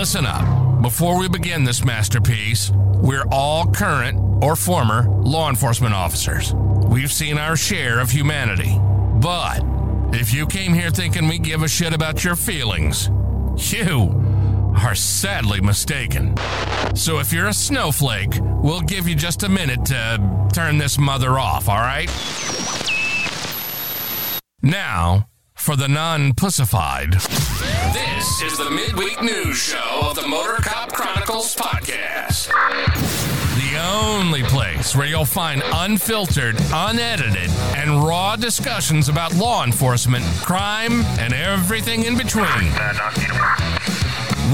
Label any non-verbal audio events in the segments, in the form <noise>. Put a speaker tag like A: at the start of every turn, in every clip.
A: Listen up. Before we begin this masterpiece, we're all current or former law enforcement officers. We've seen our share of humanity. But if you came here thinking we give a shit about your feelings, you are sadly mistaken. So if you're a snowflake, we'll give you just a minute to turn this mother off, all right? Now, for the non pussified. This is the midweek news show of the Motor Cop Chronicles podcast. The only place where you'll find unfiltered, unedited, and raw discussions about law enforcement, crime, and everything in between.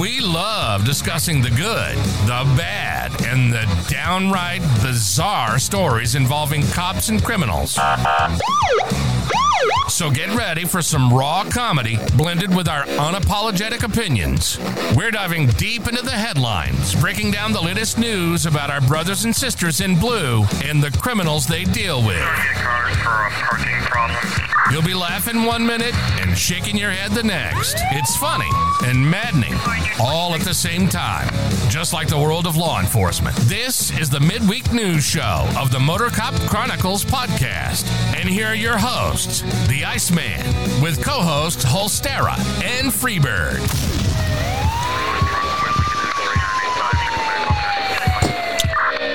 A: We love discussing the good, the bad, and the downright bizarre stories involving cops and criminals. So get ready for some raw comedy blended with our unapologetic opinions. We're diving deep into the headlines, breaking down the latest news about our brothers and sisters in blue and the criminals they deal with.
B: cars for a parking problem.
A: You'll be laughing one minute and shaking your head the next. It's funny and maddening all at the same time, just like the world of law enforcement. This is the midweek news show of the Motor Cop Chronicles podcast. And here are your hosts, The Iceman, with co hosts Holstera and Freebird.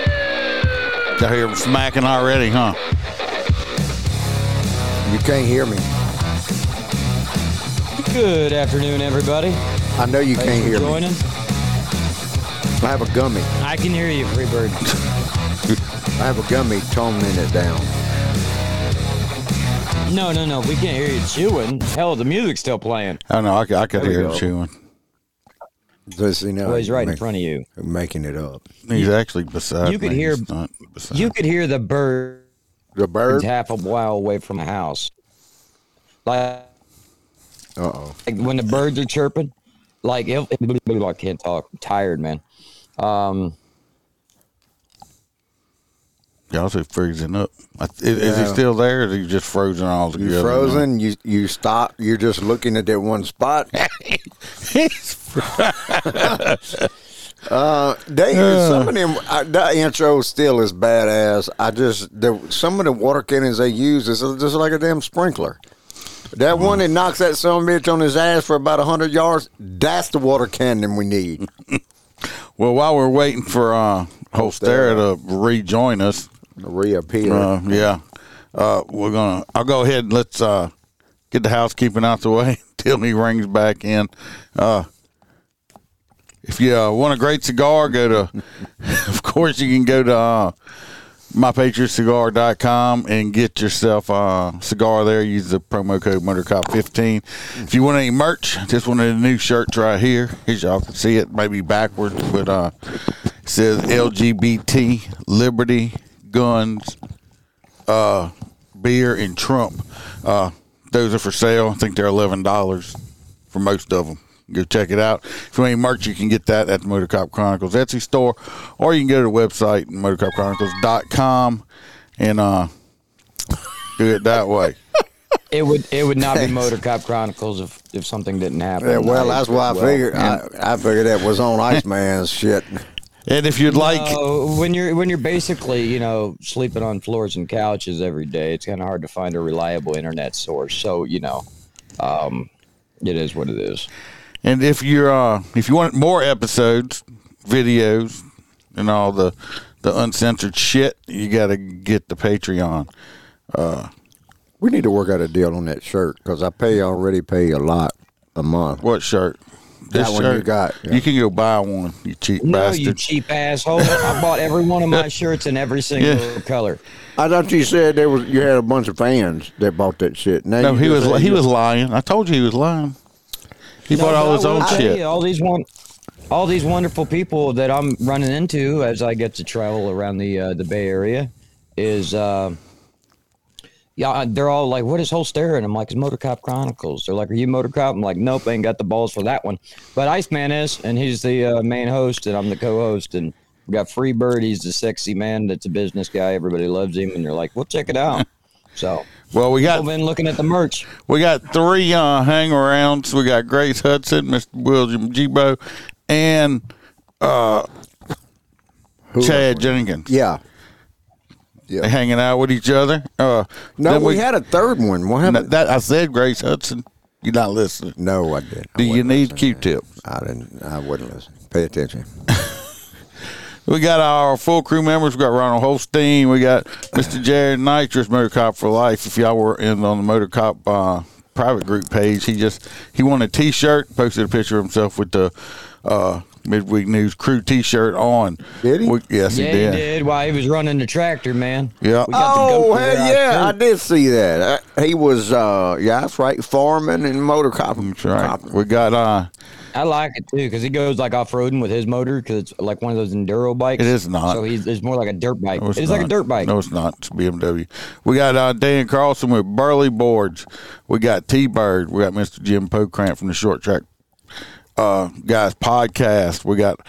C: Out here smacking already, huh?
D: You can't hear me.
E: Good afternoon, everybody.
D: I know you
E: Thanks
D: can't
E: for
D: hear me.
E: joining.
D: I have a gummy.
E: I can hear you, Freebird.
D: I have a gummy toning it down.
E: No, no, no. We can't hear you chewing. Hell, the music's still playing.
C: Oh no, I, c- I could
D: we
C: hear him
D: go.
C: chewing.
D: Just, you know,
E: Well, he's right in
D: make-
E: front of you.
D: Making it up.
C: He's actually beside
E: You could
C: me.
E: hear-
C: He's not beside
E: You could hear the birds
D: The bird. Uh
E: half a mile away from the house. Like,
D: oh.
E: like when the birds are chirping. Like, if, I can't talk. I'm tired, man. Um,
C: Y'all two freezing up. I- Is, is he
D: Yeah.
C: still there? Or is he just frozen all together?
D: You frozen? You you stop? You're just looking at that one spot? <laughs> uh, they some of them. I, that intro still is badass. I just the, some of the water cannons they use is just like a damn sprinkler. That one that knocks that son of a bitch on his ass for about hundred yards. That's the water cannon we need.
C: Well, while we're waiting for uh, Holstera to rejoin us,
D: Reappear.
C: uh, yeah, uh, we're gonna. I'll go ahead and let's uh, get the housekeeping out the way <laughs> until he rings back in. Uh, if you uh, want a great cigar, go to. <laughs> of course, you can go to. Uh, mypatriotcigar.com and get yourself uh, a cigar there. Use the promo code MurderCop15. If you want any merch, just one of the new shirts right here. As y'all can see it, maybe backwards, but uh, it says LGBT, Liberty, Guns, uh, Beer, and Trump. Uh, those are for sale. I think they're $11 for most of them. Go check it out. If you want any merch, you can get that at the Motor Cop Chronicles Etsy store, or you can go to the website, motorcopchronicles.com, and uh, do it that way.
E: it would it would not be Motor Cop Chronicles if, if something didn't happen.
D: Yeah, well, that's why I
E: Well,
D: figured I, I figured that was on Iceman's shit.
C: And if you'd like,
E: Oh, when you're when you're basically you know sleeping on floors and couches every day, it's kind of hard to find a reliable internet source. So you know, um, it is what it is.
C: and if you're uh, if you want more episodes, videos, and all the the uncensored shit, you got to get the Patreon.
D: We need to work out a deal on that shirt because I pay already pay a lot a month.
C: What shirt?
D: That one you got, yeah.
C: You can go buy one. You cheap
E: No, you
C: bastard.
E: cheap asshole! I bought every one of my shirts in every single color.
D: I thought you said there was you had a bunch of fans that bought that shit. Now
C: No,
D: you
C: he
D: just
C: was
D: said
C: li- he
D: you-
C: was lying. I told you he was lying. He
E: No,
C: bought all
E: but
C: his
E: I will
C: own
E: tell
C: shit.
E: you, all these one, all these wonderful people that I'm running into as I get to travel around the uh, the Bay Area is. Uh, yeah, they're all like, "What is Holstera?" And I'm like, "It's Motor Cop Chronicles." They're like, "Are you Motor Cop?" I'm like, "Nope, ain't got the balls for that one." But Iceman is, and he's the uh, main host, and I'm the co-host, and we got Freebird. He's the sexy man that's a business guy. Everybody loves him, and they're like, "Well, check it out." So,
C: Well, we
E: I've
C: got
E: been looking at the merch.
C: we got three uh, hangarounds. We got Grace Hudson, Mr. William Gibo, and uh, Chad Jenkins.
D: Yeah.
C: They hanging out with each other. Uh,
D: No,
C: then
D: we, had a third one. What
C: No,
D: happened?
C: that I said Grace Hudson. You're not listening.
D: No, I didn't. I
C: Do you
D: wasn't
C: need
D: listening.
C: Q-tip?
D: I didn't. I wouldn't listen. Pay attention.
C: We got our full crew members. We got Ronald Holstein. We got Mr. Jared Nitrous, Motor Cop for Life. If y'all were in on the Motor Cop uh, private group page, he just he won a T-shirt. Posted a picture of himself with the uh, midweek news crew T-shirt on.
D: Did he?
C: We- yes,
E: yeah,
C: he did.
E: he did. While he was running the tractor, man.
C: Yeah.
E: We got the
D: Oh
E: goat
D: hell
E: there,
D: yeah! I
E: too.
D: did see that. Uh, he was. uh Yeah, that's right. Foreman and motor cop.
C: That's right. We got uh,
E: I like it too because he goes like off roading with his motor because it's like one of those enduro bikes.
C: It is not.
E: So he's it's more like a dirt bike.
C: No,
E: it's like a
C: not.
E: dirt bike.
C: No, it's not. It's a BMW. We got uh, Dan Carlson with Burley Boards. We got T Bird. We got Mr. Jim Pocramp from the Short Track uh, Guys podcast. We got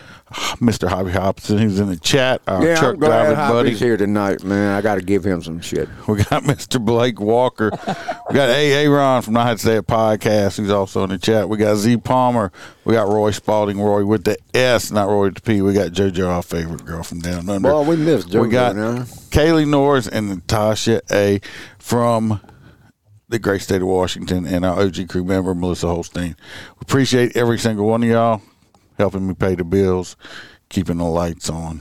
C: Mr. Hobby Hobson, who's in the chat. Our
D: Yeah,
C: truck
D: I'm glad
C: driving buddy.
D: Hoppy's here tonight, man. I got to give him some shit.
C: <laughs> We got Mr. Blake Walker. we got A.A. Ron from the Hot Set Podcast, who's also in the chat. We got Z Palmer. We got Roy Spalding, Roy with the S, not Roy with the P. We got JoJo, our favorite girl from down under.
D: Boy, we miss
C: We
D: JoJo
C: got
D: now.
C: Kaylee Norris and Natasha A. from the great state of Washington and our OG crew member, Melissa Holstein. We appreciate every single one of y'all helping me pay the bills, keeping the lights on.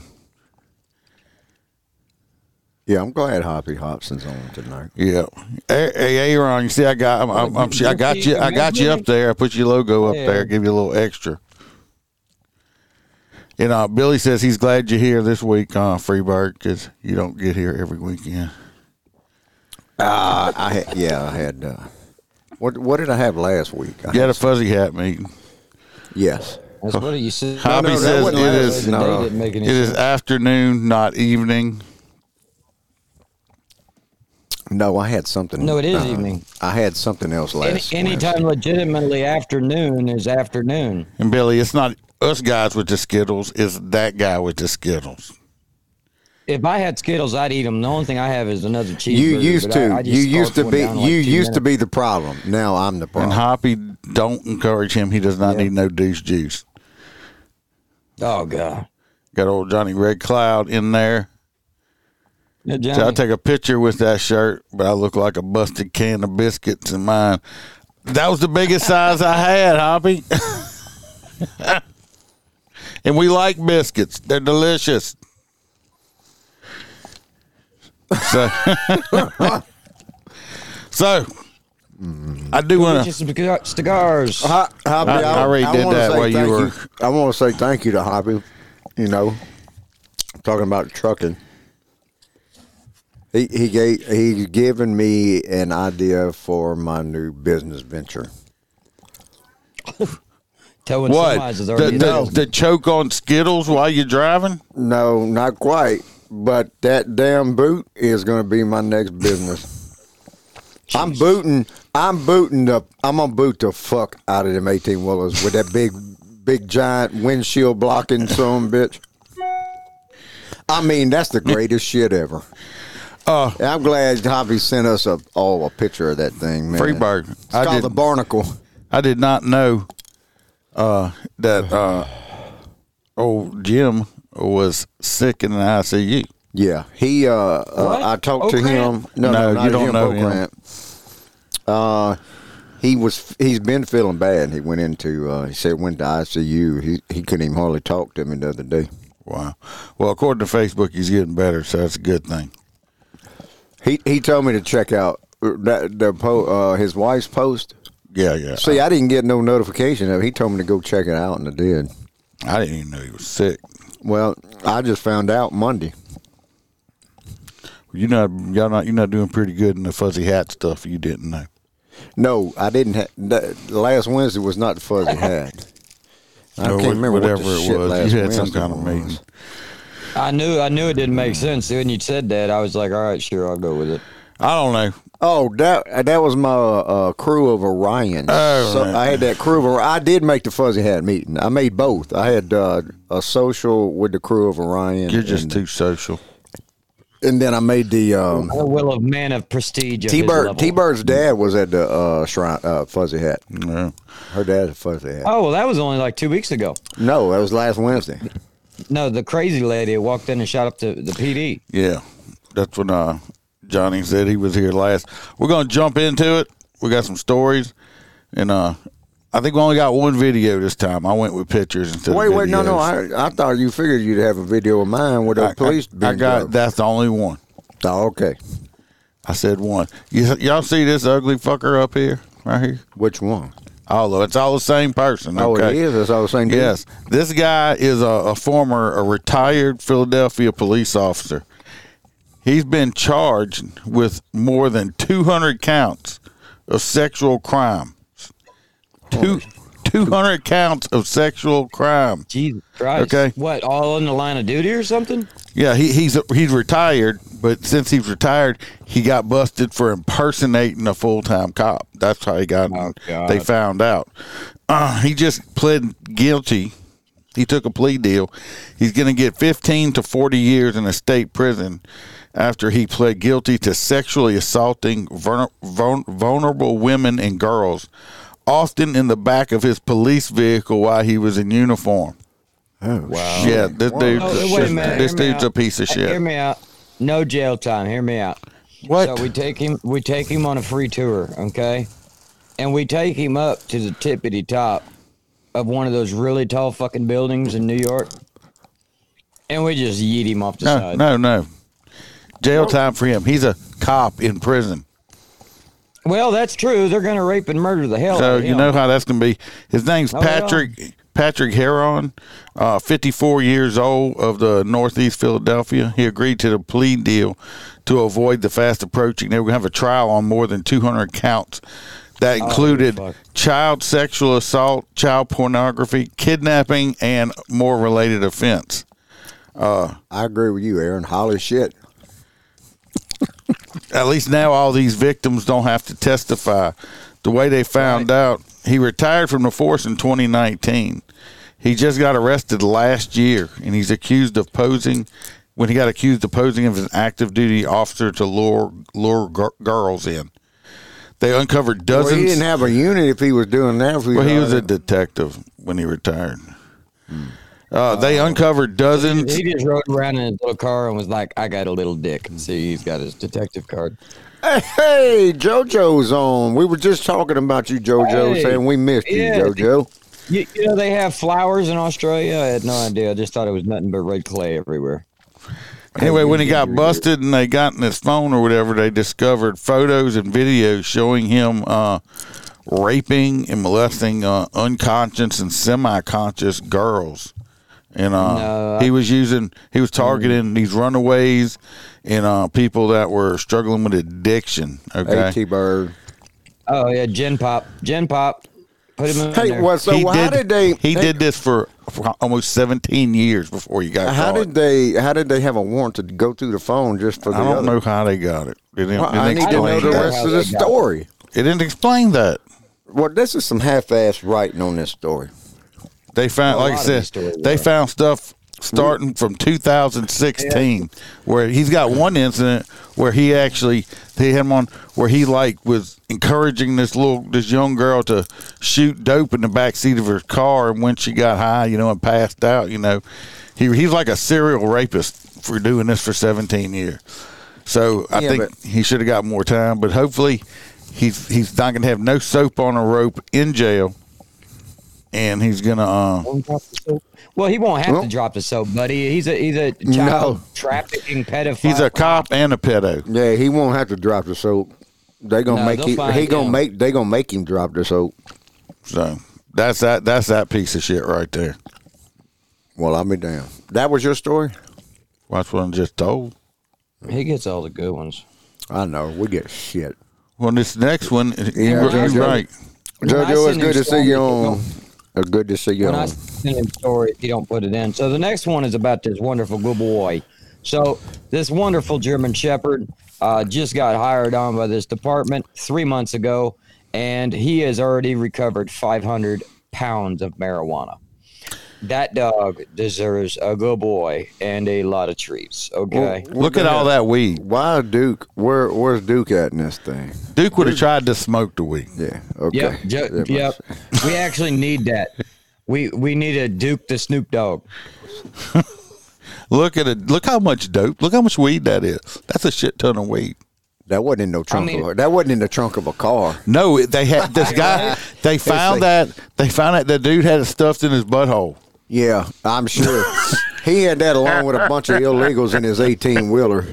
D: Yeah, I'm glad Hoppy Hobson's on tonight.
C: Yeah. Hey, hey, Aaron, you see, I got, I'm, I'm, I'm, I got you, I got you up there. I put your logo up there. Give you a little extra. You know, Billy says he's glad you're here this week, uh, Freebird, because you don't get here every weekend.
D: I, I had, yeah, I had. Uh, what what did I have last week? I
C: You had a fuzzy hat meeting.
D: yes.
E: That's what you said.
C: Hobby
D: no, that
C: says it
D: wasn't last
C: is,
D: week. No.
E: They didn't make
C: it
E: any
C: is afternoon, not evening.
D: No, I had something.
E: No, it is
D: uh,
E: evening.
D: I had something else
E: Any,
D: last.
E: anytime
D: Wednesday.
E: legitimately afternoon is afternoon.
C: And Billy, it's not us guys with the Skittles, it's that guy with the Skittles.
E: If I had Skittles, I'd eat them. The only thing I have is another cheeseburger.
D: You used
E: but I-
D: to.
E: I just
D: you used
E: scarfed
D: to
E: one
D: be.
E: down in, like,
D: you
E: two
D: used to
E: minutes.
D: be the problem. Now I'm the
C: And
D: problem.
C: Hoppy, don't encourage him. He does not need no deuce juice.
E: Oh god.
C: Got old Johnny Red Cloud in there.
E: Yeah, Johnny,
C: So I'll take a picture with that shirt, but I look like a busted can of biscuits in mine. That was the biggest size I had, Hoppy. <laughs> and we like biscuits. They're delicious. So, <laughs> so I do want to
E: just some cigar- cigars.
D: Ho- Hoppy,
C: I- I already did
D: wanna
C: that
D: say
C: while you
D: thank
C: were-
D: I want to say thank you to Hoppy. You know, talking about trucking. He he gave he's given me an idea for my new business venture.
E: Towing
C: what
E: semis is
C: the,
E: already
C: the, the choke on Skittles while you're driving.
D: No, not quite. But that damn boot is going to be my next
C: <laughs>
D: business. I'm booting. I'm booting the. I'm gonna boot the fuck out of them eighteen wheelers with that big, big giant windshield
C: <laughs>
D: blocking some bitch. I mean, that's the greatest shit ever.
C: Uh,
D: And I'm glad Hobby sent us a oh a picture of that thing, man.
C: Freebird.
D: It's
C: I
D: called the
C: didn't-
D: Barnacle.
C: I did not know uh, that uh, old Jim was sick in the ICU.
D: Yeah, he. Uh, uh, I talked to
E: Oak
D: him.
E: Grant?
D: No,
C: No,
D: no,
C: you
D: not
C: don't
D: him,
C: know
D: Oak
C: him.
D: Grant. Uh, he was. He's been feeling bad. He went into. Uh, he said went to ICU. He he couldn't even hardly talk to me the other day.
C: Wow. Well, according to Facebook, he's getting better, so that's a good thing.
D: He he told me to check out uh, that the po- uh, his wife's post.
C: Yeah, yeah.
D: See, I didn't get no notification of. it. He told me to go check it out, and I did.
C: I didn't even know he was sick.
D: Well, I just found out Monday.
C: You know, y'all not you're not doing pretty good in the fuzzy hat stuff. You didn't know.
D: No, I didn't. Ha- the, the last Wednesday was not
C: <laughs>
D: the fuzzy hat. I
C: Or
D: can't
C: wha-
D: remember what
C: whatever
D: the
C: it
D: shit
C: was.
D: last
C: you had some
D: Wednesday
C: kind of
D: was.
C: meeting.
E: I knew I knew it didn't make sense. When you said that, I was like, all right, sure, I'll go with it.
C: I don't know.
D: Oh, that uh, that was my uh, uh, crew of Orion.
C: Oh,
D: so
C: right.
D: I had that crew of Orion. I did make the fuzzy hat meeting. I made both. I had uh, a social with the crew of Orion.
C: You're just
D: and-
C: too social.
D: And then I made the um,
E: I will of man of prestige.
D: T Bird. T
E: T
D: Bird's dad was at the uh, shrine, uh, Fuzzy Hat. Her dad's a Fuzzy Hat.
E: Oh well, that was only like two weeks ago.
D: No, that was last Wednesday.
E: No, the crazy lady walked in and shot up the, the PD.
C: Yeah, that's when uh, Johnny said he was here last. We're gonna jump into it. We got some stories, and uh, I think we only got one video this time. I went with pictures instead.
D: Wait,
C: of
D: wait, no, no.
C: videos.
D: I, I thought you figured you'd have a video of mine with
C: I,
D: the police.
C: I, I got
D: that.
C: that's the only one.
D: Oh, okay.
C: I said one. You, y'all see this ugly fucker up here, right here?
D: Which one?
C: All of it's all the same person.
D: Oh, it
C: okay?
D: is. That's all the same. dude?
C: Yes, this guy is a, a former, a retired Philadelphia police officer. He's been charged with more than 200 counts of sexual crime. Two, 200 counts of sexual crime.
E: Jesus Christ.
C: Okay.
E: What? All in the line of duty or something?
C: Yeah, he, he's he's retired, but since he's retired, he got busted for impersonating a full time cop. That's how he got.
E: Oh, God.
C: they found out. Uh, he just pled guilty. He took a plea deal. He's going to get 15 to 40 years in a state prison after he pled guilty to sexually assaulting vulner- vul- vulnerable women and girls, often in the back of his police vehicle while he was in uniform.
D: Oh, wow.
C: Yeah, this dude's,
E: Oh, wait a minute.
C: this
E: Hear me
C: dude's a
E: out.
C: piece of
E: Hear
C: shit.
E: me out. No jail time. Hear me out.
C: What?
E: So we take him. We take him on a free tour. Okay. And we take him up to the tippity top of one of those really tall fucking buildings in New York. And we just yeet him off the
C: no,
E: side.
C: no, no. Jail time for him. He's a cop in prison.
E: Well, that's true. They're gonna rape and murder the Oh, hell out
C: So
E: of
C: you
E: him.
C: know how that's going to be. His name's
E: Oh, yeah.
C: Patrick Patrick Heron, uh, 54 years old of the Northeast Philadelphia. He agreed to the plea deal to avoid the fast approaching. They were going to have a trial on more than 200 counts. That included
E: Oh, fuck.
C: child sexual assault, child pornography, kidnapping, and more related offense.
D: I agree with you, Aaron. Holy shit.
C: at least now all these victims don't have to testify. The way they found out, he retired from the force in 2019. He just got arrested last year, and he's accused of posing. When he got accused of posing as an active duty officer to lure lure gir- girls in, they uncovered
D: Well,
C: dozens.
D: he didn't have uh, a unit if he was doing that. If he
C: Well, he was a
D: a.
C: detective when he retired.
D: Hmm.
C: Uh, they uncovered dozens.
E: He just rode around in his little car and was like, "I got a little dick." See, he's got his detective card.
D: Hey, hey, JoJo's on. We were just talking about you, JoJo,
E: Hey.
D: saying we missed
E: Yeah.
D: you, JoJo.
E: You, you know they have flowers in Australia. I had no idea. I just thought it was nothing but red clay everywhere.
C: Anyway, when he got busted and they got in his phone or whatever, they discovered photos and videos showing him uh, raping and molesting uh, unconscious and semi-conscious girls. And uh,
E: No,
C: he was using, he was targeting these runaways and uh, people that were struggling with addiction. Okay,
D: Hey, T Bird.
E: Oh yeah, Gen Pop, Gen Pop. Put him in
D: Hey,
E: there.
D: well, so how did, they?
C: He did this for, for almost 17 years before he got
D: How
C: caught.
D: did they? How did they have a warrant to go through the phone just for the
C: I don't
D: other?
C: know how they got it. It didn't,
D: Well,
C: it didn't
D: I need to know
C: explain
D: the
E: that.
D: rest of the
E: How they got it.
D: story.
C: that. It didn't explain that.
D: Well, this is some half-ass writing on this story.
C: They found,
E: Oh, A
C: like I
E: lot of Mm-hmm. these
C: said,
E: stories
C: they
E: are.
C: found stuff starting from 2016, where he's got one incident where he actually they had him on where he like was encouraging this little this young girl to shoot dope in the back seat of her car, and when she got high, you know, and passed out, you know, he he's like a serial rapist for doing this for 17 years. So I
D: Yeah,
C: think
D: but-
C: he should have got more time, but hopefully. He's, he's not going to have no soap on a rope in jail, and he's going to uh,
E: Won't drop the soap. Well, he won't have
D: Well-
E: to drop the soap, buddy. He's a he's a child trafficking pedophile.
C: He's a cop and a pedo.
D: Yeah, he won't have to drop the soap. They gonna
E: No,
D: make
E: they'll
D: he,
E: find
D: he gonna
E: him.
D: make they gonna make him drop the soap.
C: So that's that. That's that piece of shit right there.
D: Well, I'll be damned. That was your story.
C: That's what I just told.
E: He gets all the good ones.
D: I know we get shit.
C: Well, this next one,
D: Yeah,
C: you're,
D: Jojo.
C: right.
E: When I
D: JoJo, it's
E: send
D: good
E: him
D: to see you on.
E: stories,
D: Uh, good to see you
E: When I
D: on.
E: send him stories, he don't put it in. So the next one is about this wonderful good boy. So this wonderful German Shepherd uh, just got hired on by this department three months ago, and he has already recovered 500 pounds of marijuana. that dog deserves a good boy and a lot of treats. Okay.
D: Well,
C: Look at all that weed.
D: Why Duke? Where Where's Duke at in this thing?
C: Duke would have tried to smoke the weed.
D: Yeah. Okay.
E: Yep. ju-
D: That makes
E: yep.
D: sense.
E: we actually need that. We we need a Duke the Snoop Dogg.
C: Look at it. Look how much dope. Look how much weed that is. That's a shit ton of weed.
D: That wasn't in no trunk.
E: mean-
D: of a, that wasn't in the trunk of a car.
C: No, it- they had this
D: <laughs>
C: guy. They found that they found out the dude had it stuffed in his butthole.
D: Yeah,
C: <laughs>
D: I'm sure. he had that along with a bunch of illegals in his 18 wheeler.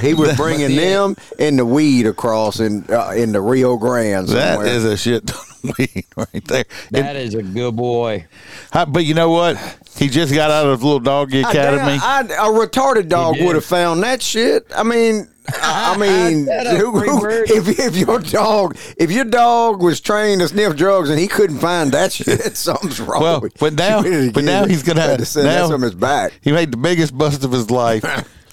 D: He was bringing them and the weed across in uh, in the Rio Grande.
C: That
D: somewhere.
C: is a shit ton of <laughs> weed right there. And-
E: That is a good boy.
C: how- but you know what? He just got out of little doggy
D: I- Ah,
C: academy.
D: damn, I, a retarded dog
E: did.
D: would have found that shit. I mean,
C: <laughs>
D: I, I mean,
E: That a
D: who-
E: free
D: who-
E: word.
D: if, if your dog if your dog was trained to sniff drugs and he couldn't find that shit, <laughs> something's wrong.
C: Well,
D: with
C: but
D: you.
C: now-
D: You <laughs> really
C: but now
D: can't-
C: he's gonna-
D: had to send that
C: now-
D: something his back.
C: he made the biggest bust of his
D: <laughs>
C: life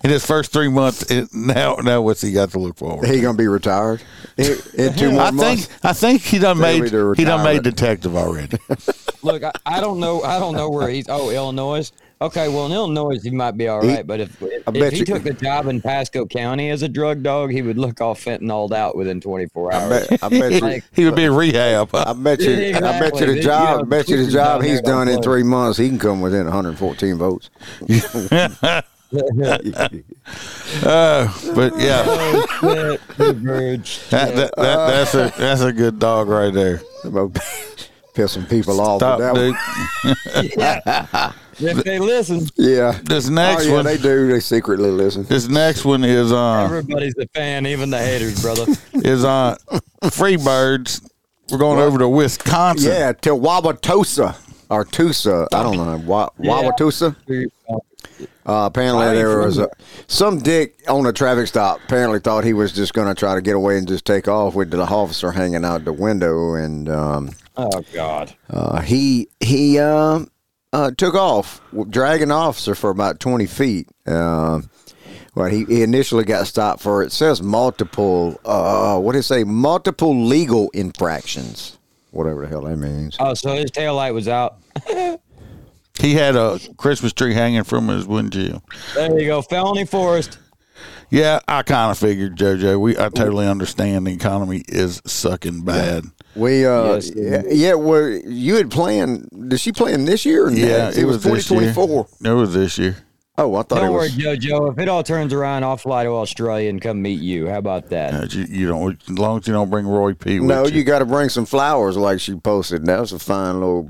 C: in his first three months. And now, now what's he got to look forward?
D: He gonna be retired in, in two
C: <laughs>
D: more
C: I
D: months.
C: think I think he done
D: Tell me
C: made
D: to
C: he done
D: retire.
C: made detective
D: <laughs>
C: already.
E: Look, I, I don't know. I don't know where he's. Oh, Illinois. Okay, well in Illinois he might be all right, but if if,
D: bet
E: he
D: you-
E: took the job in Pasco County as a drug dog, he would look all fentanyl out within 24
D: I
E: hours.
D: bet,
C: <laughs>
D: I bet you.
E: Like-
C: he would be in rehab.
D: <laughs> I bet you. I bet you
E: Exactly.
D: the job. I
E: You
D: bet you
E: know,
D: the job
E: down
D: he's
E: there on
D: done in
E: both.
D: three months. He can come within 114 votes.
C: <laughs> But yeah,
E: <laughs> Oh, shit, The Verge.
C: that, that, that, that's a that's a good dog right there.
D: <laughs> Pissing people off. with that
C: Stop,
D: one.
C: Duke.
E: If they listen,
D: Yeah.
C: This next
D: oh, yeah,
C: one-
D: they do. They secretly listen.
C: This next one is uh
E: everybody's a fan, even the haters, brother. <laughs>
C: is uh Freebirds. We're going over to Wisconsin.
D: Yeah, to Wabatosa or Tusa. I don't know. Wa- Wabatosa. Uh, apparently,
E: ain't
D: there
E: from
D: was a, some dick on a traffic stop. Apparently, thought he was just going to try to get away and just take off with the officer hanging out the window, and um,
E: Oh God.
D: uh, he he um, uh, took off, w- dragging the officer for about twenty feet. Um, well, he, he initially got stopped for it says multiple. Uh, what did it say? Multiple legal infractions. Whatever the hell that means.
C: Uh,
E: Oh, so his taillight was out.
C: He had a Christmas tree hanging from his windshield.
E: There you go. Felony Forest.
C: Yeah, I kind of figured, JoJo. We I totally understand the economy is sucking bad.
D: We uh
E: Yes.
D: yeah, yeah well you had planned did she plan this year or no?
C: Yeah,
D: it, was
C: this year.
D: 2024.
C: It was this year.
D: Oh, I thought it
E: Don't worry,
D: was
E: JoJo. If it all turns around, I'll fly to Australia and come meet you. How about that?
C: Uh, You, you don't as long as you don't bring Roy P. With
D: No,
C: you.
D: you got to bring some flowers like she posted. That was a fine little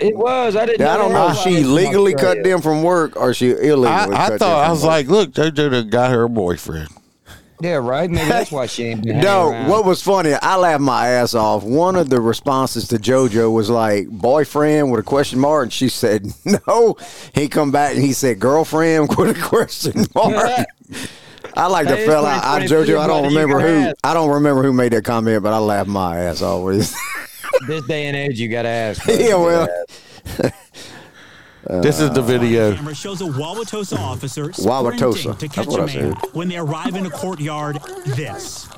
E: It was. I didn't.
D: I don't know
E: they
D: if
E: were
D: she
E: flying to
D: legally cut
E: Australia.
D: them from work or she illegally
C: I,
D: cut
C: I
D: them
C: thought I
D: from
C: was
D: work.
C: like, look, JoJo done got her boyfriend.
E: Yeah, right. Maybe that's why
D: <laughs>
E: she ain't been
D: No,
C: uh,
E: hanging around.
D: what was funny, I laughed my ass off. One of the responses to JoJo was like, boyfriend with a question mark. And she said, <laughs> no. He come back and he said, girlfriend <laughs> with a
C: <laughs>
D: question mark. I like the
E: Hey, it's
D: fella. I,
E: 2023,
D: JoJo, I don't
E: buddy, you
D: remember
E: got
D: who.
E: ass.
D: I don't remember who made that comment, but I laughed my ass always.
E: This day and age, you gotta ask.
D: <laughs>
E: bro.
D: yeah, well,
C: this
D: Uh,
C: is the video.
F: Camera shows a Wauwatosa officer
D: <laughs> Wauwatosa.
F: sprinting to
D: That's
F: catch
D: what
F: a
D: I
F: man
D: said.
F: when they arrive in a courtyard. This.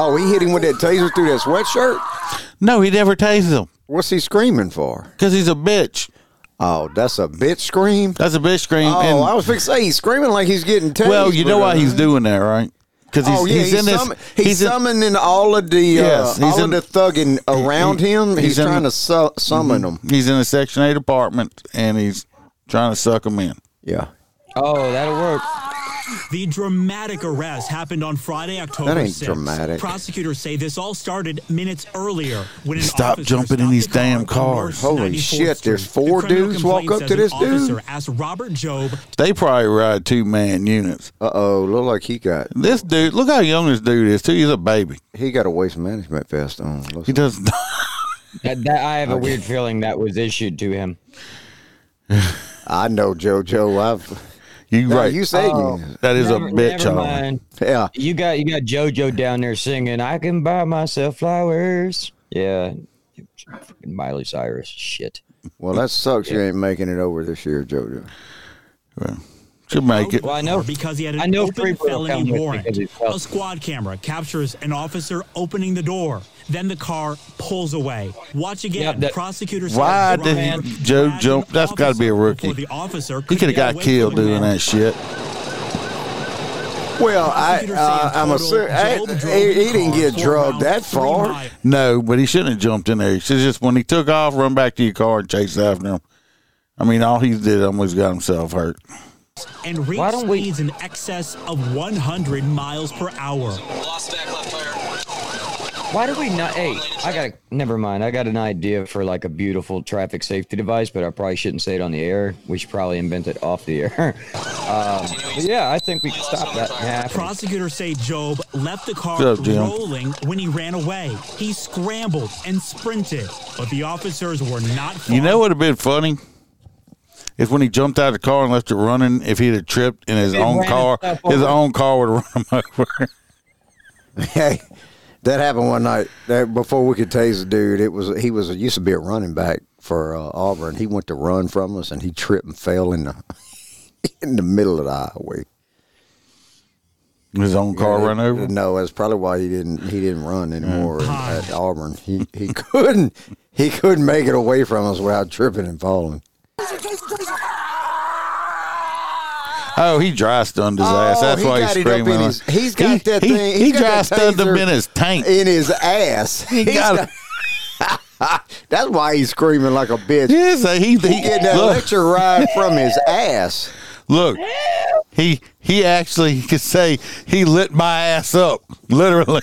D: oh, he hit him with that taser through that sweatshirt.
C: No, he never tased him
D: What's he screaming for?
C: because he's a bitch.
D: Oh, that's a bitch scream.
C: That's a bitch scream.
D: Oh,
C: and-
D: I was fixing to say he's screaming like he's getting tased.
C: Well, you know
D: but,
C: why
D: uh,
C: he's doing that, right? Because he's,
D: oh yeah,
C: he's,
D: he's,
C: in this.
D: summon- he's,
C: in-
D: summoning all of the uh,
C: Yes, he's
D: all
C: in-
D: of the thugging around him. He's,
C: he's in- Mm-hmm.
D: trying to su- summon them.
C: he's in a Section Eight apartment, and he's trying to suck him in.
D: Yeah,
E: Oh, that'll work.
F: The dramatic arrest happened on Friday, October
D: That ain't
F: 6th.
D: dramatic.
F: Prosecutors say this all started minutes earlier when an
C: Stop
F: officer
C: jumping in
F: stopped
C: these
F: the car
C: damn
F: on
C: cars.
F: North
D: Holy
F: 94th
D: shit, there's
F: Street.
D: four
F: The criminal
D: dudes walk
F: complaint
D: up to
F: says an
D: this dude?
F: Officer asked Robert Job
C: They probably ride two man units.
D: uh oh, look like he got
C: This dude, look how young this dude is too. He's a baby.
D: he got a waste management vest on. Looks-
C: He does.
E: That, that I have a weird feeling that was issued to him.
D: I know JoJo. I've
C: <laughs> You
D: Now,
C: right.
D: You say
C: that is
E: Oh, Never-
C: a bitch.
E: Never
C: Oliver.
E: mind.
D: yeah.
E: You got you got JoJo down there singing. I can buy myself flowers. Yeah, Fucking Miley Cyrus. Shit.
D: Well, that sucks. You ain't making it over this year, JoJo.
C: Well, She'll make it.
E: Well, I know.
F: because he had an
E: I know
F: open
E: Freeborough
F: felony
E: comes with
F: warrant.
E: because he's felon.
F: A squad camera captures an officer opening the door. Then the car pulls away. Watch again.
E: Yeah, that-
F: Prosecutors.
C: Why
F: said the
C: did
F: robber
C: he- Joe
F: dragged an
C: jump? That's gotta be a
F: officer
C: rookie.
F: before The officer
C: He could have got killed doing that shit.
D: Well, I, uh, I'm assuming he, he didn't get drugged that far.
C: No, but he shouldn't have jumped in there. He should just when he took off, run back to your car and chase after him. I mean, all he did almost got himself hurt.
F: And
E: Why
F: reached
E: don't we-
F: speeds in excess of 100 miles per hour.
G: Lost back left tire.
E: Why do we not? Hey, I got a. Never mind. I got an idea for like a beautiful traffic safety device, but I probably shouldn't say it on the air. We should probably invent it off the air. <laughs> um, but yeah, I think we can stop that. from happening.
F: Prosecutors say Job left the car
C: What's up, Jim?
F: rolling when he ran away. He scrambled and sprinted, but the officers were not. Far
C: You know what would have been funny? If when he jumped out of the car and left it running, if he'd have tripped in his
E: He'd
C: own
E: ran
C: car,
E: himself
C: his
E: over.
C: own car would have run <laughs> him over.
D: Hey, that happened one night. That before we could tase the dude, it was he was used to be a running back for uh, Auburn. He went to run from us, and he tripped and fell in the <laughs> in the middle of the highway.
C: His own car run over.
D: Uh, No, that's probably why he didn't he didn't run anymore at Auburn. He he <laughs> couldn't he couldn't make it away from us without tripping and falling.
C: Oh, he dry stunned his ass.
D: Oh,
C: That's
D: he
C: why he's
D: got it up in
C: screaming.
D: his- he's got that
C: he,
D: thing-
C: He,
D: he's got
C: dry
D: that
C: stunned him
D: taser
C: in his tank.
D: In his ass.
C: he
D: He's
C: got,
D: got- that's why he's screaming like a bitch.
C: Yes, he, he,
D: He getting that
C: look,
D: electric ride
C: <laughs>
D: from his ass.
C: Look, he he actually could say he lit my ass up, literally.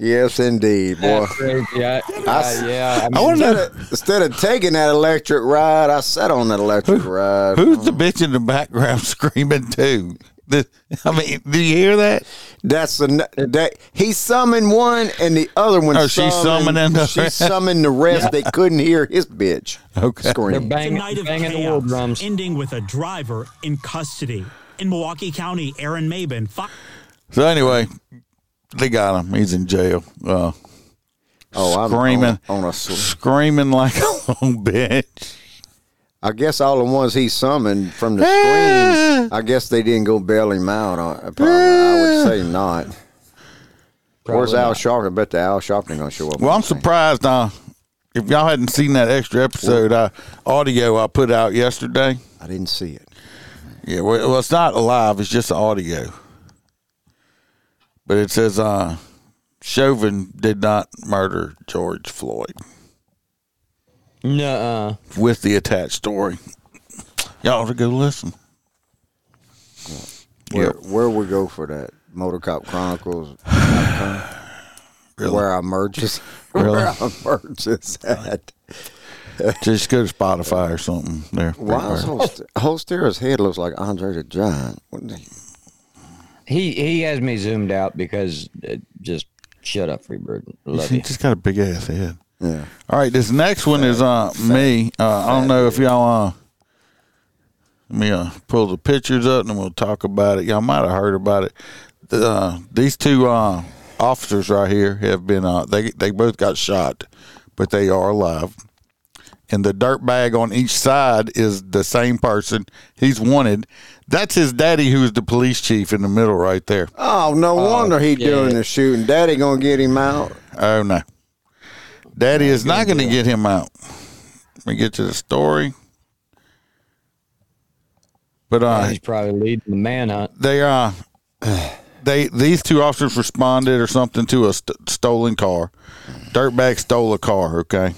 D: Yes, indeed, boy.
E: That's crazy. I, uh, yeah. I mean,
C: I want to know
D: Instead of taking that electric ride, I sat on that electric ride.
C: who's the bitch in the background <laughs> screaming too. The- I mean, do you hear that?
D: That's the n- that he summoned one and the other one.
C: Oh, she summoned the
D: she
C: rest.
D: summoned the
C: <laughs>
D: rest. They couldn't hear his bitch.
C: Okay.
E: they're
D: scream.
E: banging,
F: Tonight of
E: banging the
F: chaos,
E: world drums.
F: ending with a driver in custody. In Milwaukee County, Aaron Maben. Fi-
C: So anyway, they got him. He's in jail. Uh,
D: Oh, I'm
C: screaming,
D: on, on a. sl-
C: screaming like a <laughs> little bitch.
D: I guess all the ones he summoned from the
C: Ah. <laughs>
D: screams. I guess they didn't go bail him out. On, probably. I would say not. Where's Al Sharpton? I bet the Al Sharpton gonna show up.
C: Well, I'm
D: one day.
C: surprised. Uh, if y'all hadn't seen that extra episode uh, audio I put out yesterday,
D: I didn't see it.
C: Yeah, well, well, it's not live; it's just audio. But it says uh, Chauvin did not murder George Floyd
E: Nuh-uh.
C: with the attached story. Y'all ought to go listen.
D: Where
C: Yep,
D: where we go for that? Motor Cop Chronicles. <sighs>
C: really.
D: Where I merges.
C: Really?
D: <laughs> Where I merges at.
C: Just go to Spotify or something. There.
D: Wow, Holst- Holster's head looks like Andre the Giant. What the-
E: He he has me zoomed out because uh, just shut up, Freebird. Love
C: He
E: you.
C: just got a big ass head.
D: Yeah.
C: All right, this next one is uh me. Uh, I don't know if y'all uh let me uh, pull the pictures up and we'll talk about it. Y'all might have heard about it. The, uh, these two uh, officers right here have been uh they they both got shot, but they are alive. And the dirt bag on each side is the same person. He's wanted. That's his daddy, who is the police chief in the middle right there.
D: Oh, no wonder he doing the shooting. Daddy gonna get him out.
C: Oh no, Daddy is not going to get him out. Let me get to the story. But uh,
E: He's probably leading the manhunt.
C: they uh, they these two officers responded or something to a st- stolen car. Dirtbag stole a car. Okay,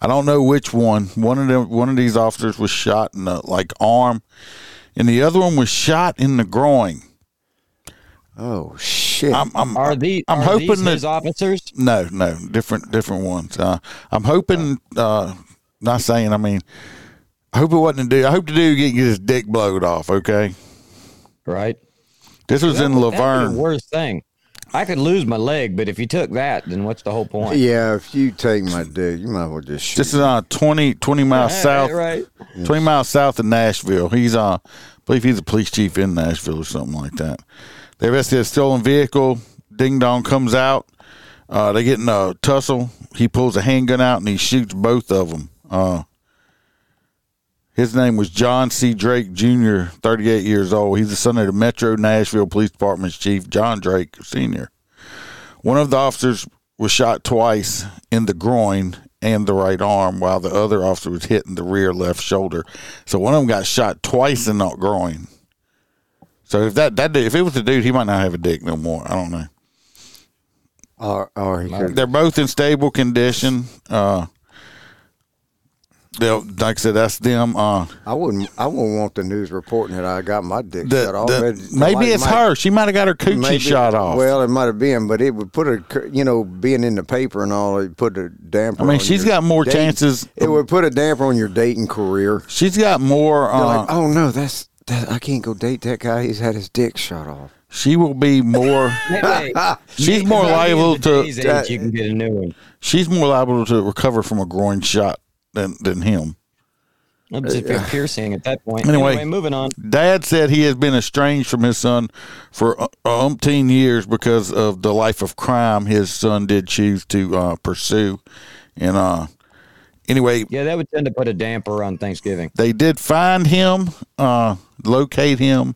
C: I don't know which one. One of them, one of these officers was shot in the like arm, and the other one was shot in the groin.
D: Oh shit.
C: I'm, I'm,
E: Are these?
C: I'm
E: are
C: hoping
E: these
C: that-
E: his officers.
C: No, no, different different ones. Uh, I'm hoping. Uh, not saying. I mean, I hope it wasn't a dude. I hope the dude get get his dick blowed off. Okay,
E: Right.
C: this was in
E: That'd be
C: Laverne.
E: the worst thing. I could lose my leg, but if you took that, then what's the whole point?
D: yeah, if you take my dick, you might as well just shoot.
C: This is uh 20, 20 miles
E: Right,
C: south,
E: right.
C: twenty miles south of Nashville. He's uh, I believe he's a police chief in Nashville or something like that. They arrested a stolen vehicle. Ding dong comes out. Uh, they get in a tussle. He pulls a handgun out and he shoots both of them. Uh, His name was John C. Drake Jr., 38 years old. He's the son of the Metro Nashville Police Department's chief, John Drake Sr. One of the officers was shot twice in the groin and the right arm, while the other officer was hit in the rear left shoulder. So one of them got shot twice in the groin. So if that that dude, if it was the dude, he might not have a dick no more. I don't know.
D: Or, or he could,
C: They're both in stable condition. Uh, they'll like I said, that's them. Uh,
D: I wouldn't. I wouldn't want the news reporting that I got my dick
C: the,
D: shut
C: the,
D: already.
C: maybe
D: Like,
C: it's
D: might-
C: her. She might have got her coochie
D: maybe-
C: shot off.
D: Well, it might have been, but it would put a cur- you know being in the paper and all. It put a damper.
C: I mean,
D: she's
C: she's got more chances.
D: It would put a damper on your dating career.
C: she's got more.
D: You're
C: Uh,
D: like, oh no, that's that. I can't go date that guy. He's had his dick shot off.
C: she will be
D: <laughs>
C: more. <laughs> she's more liable to.
E: Age, you can get a new one.
C: She's more liable to recover from a groin shot than than him.
E: I'm just a piercing at that point.
C: Anyway.
E: moving on.
C: Dad said he has been estranged from his son for uh, umpteen years because of the life of crime his son did choose to uh, pursue. And uh, anyway,
E: Yeah, that would tend to put a damper on Thanksgiving.
C: they did find him, uh, locate him.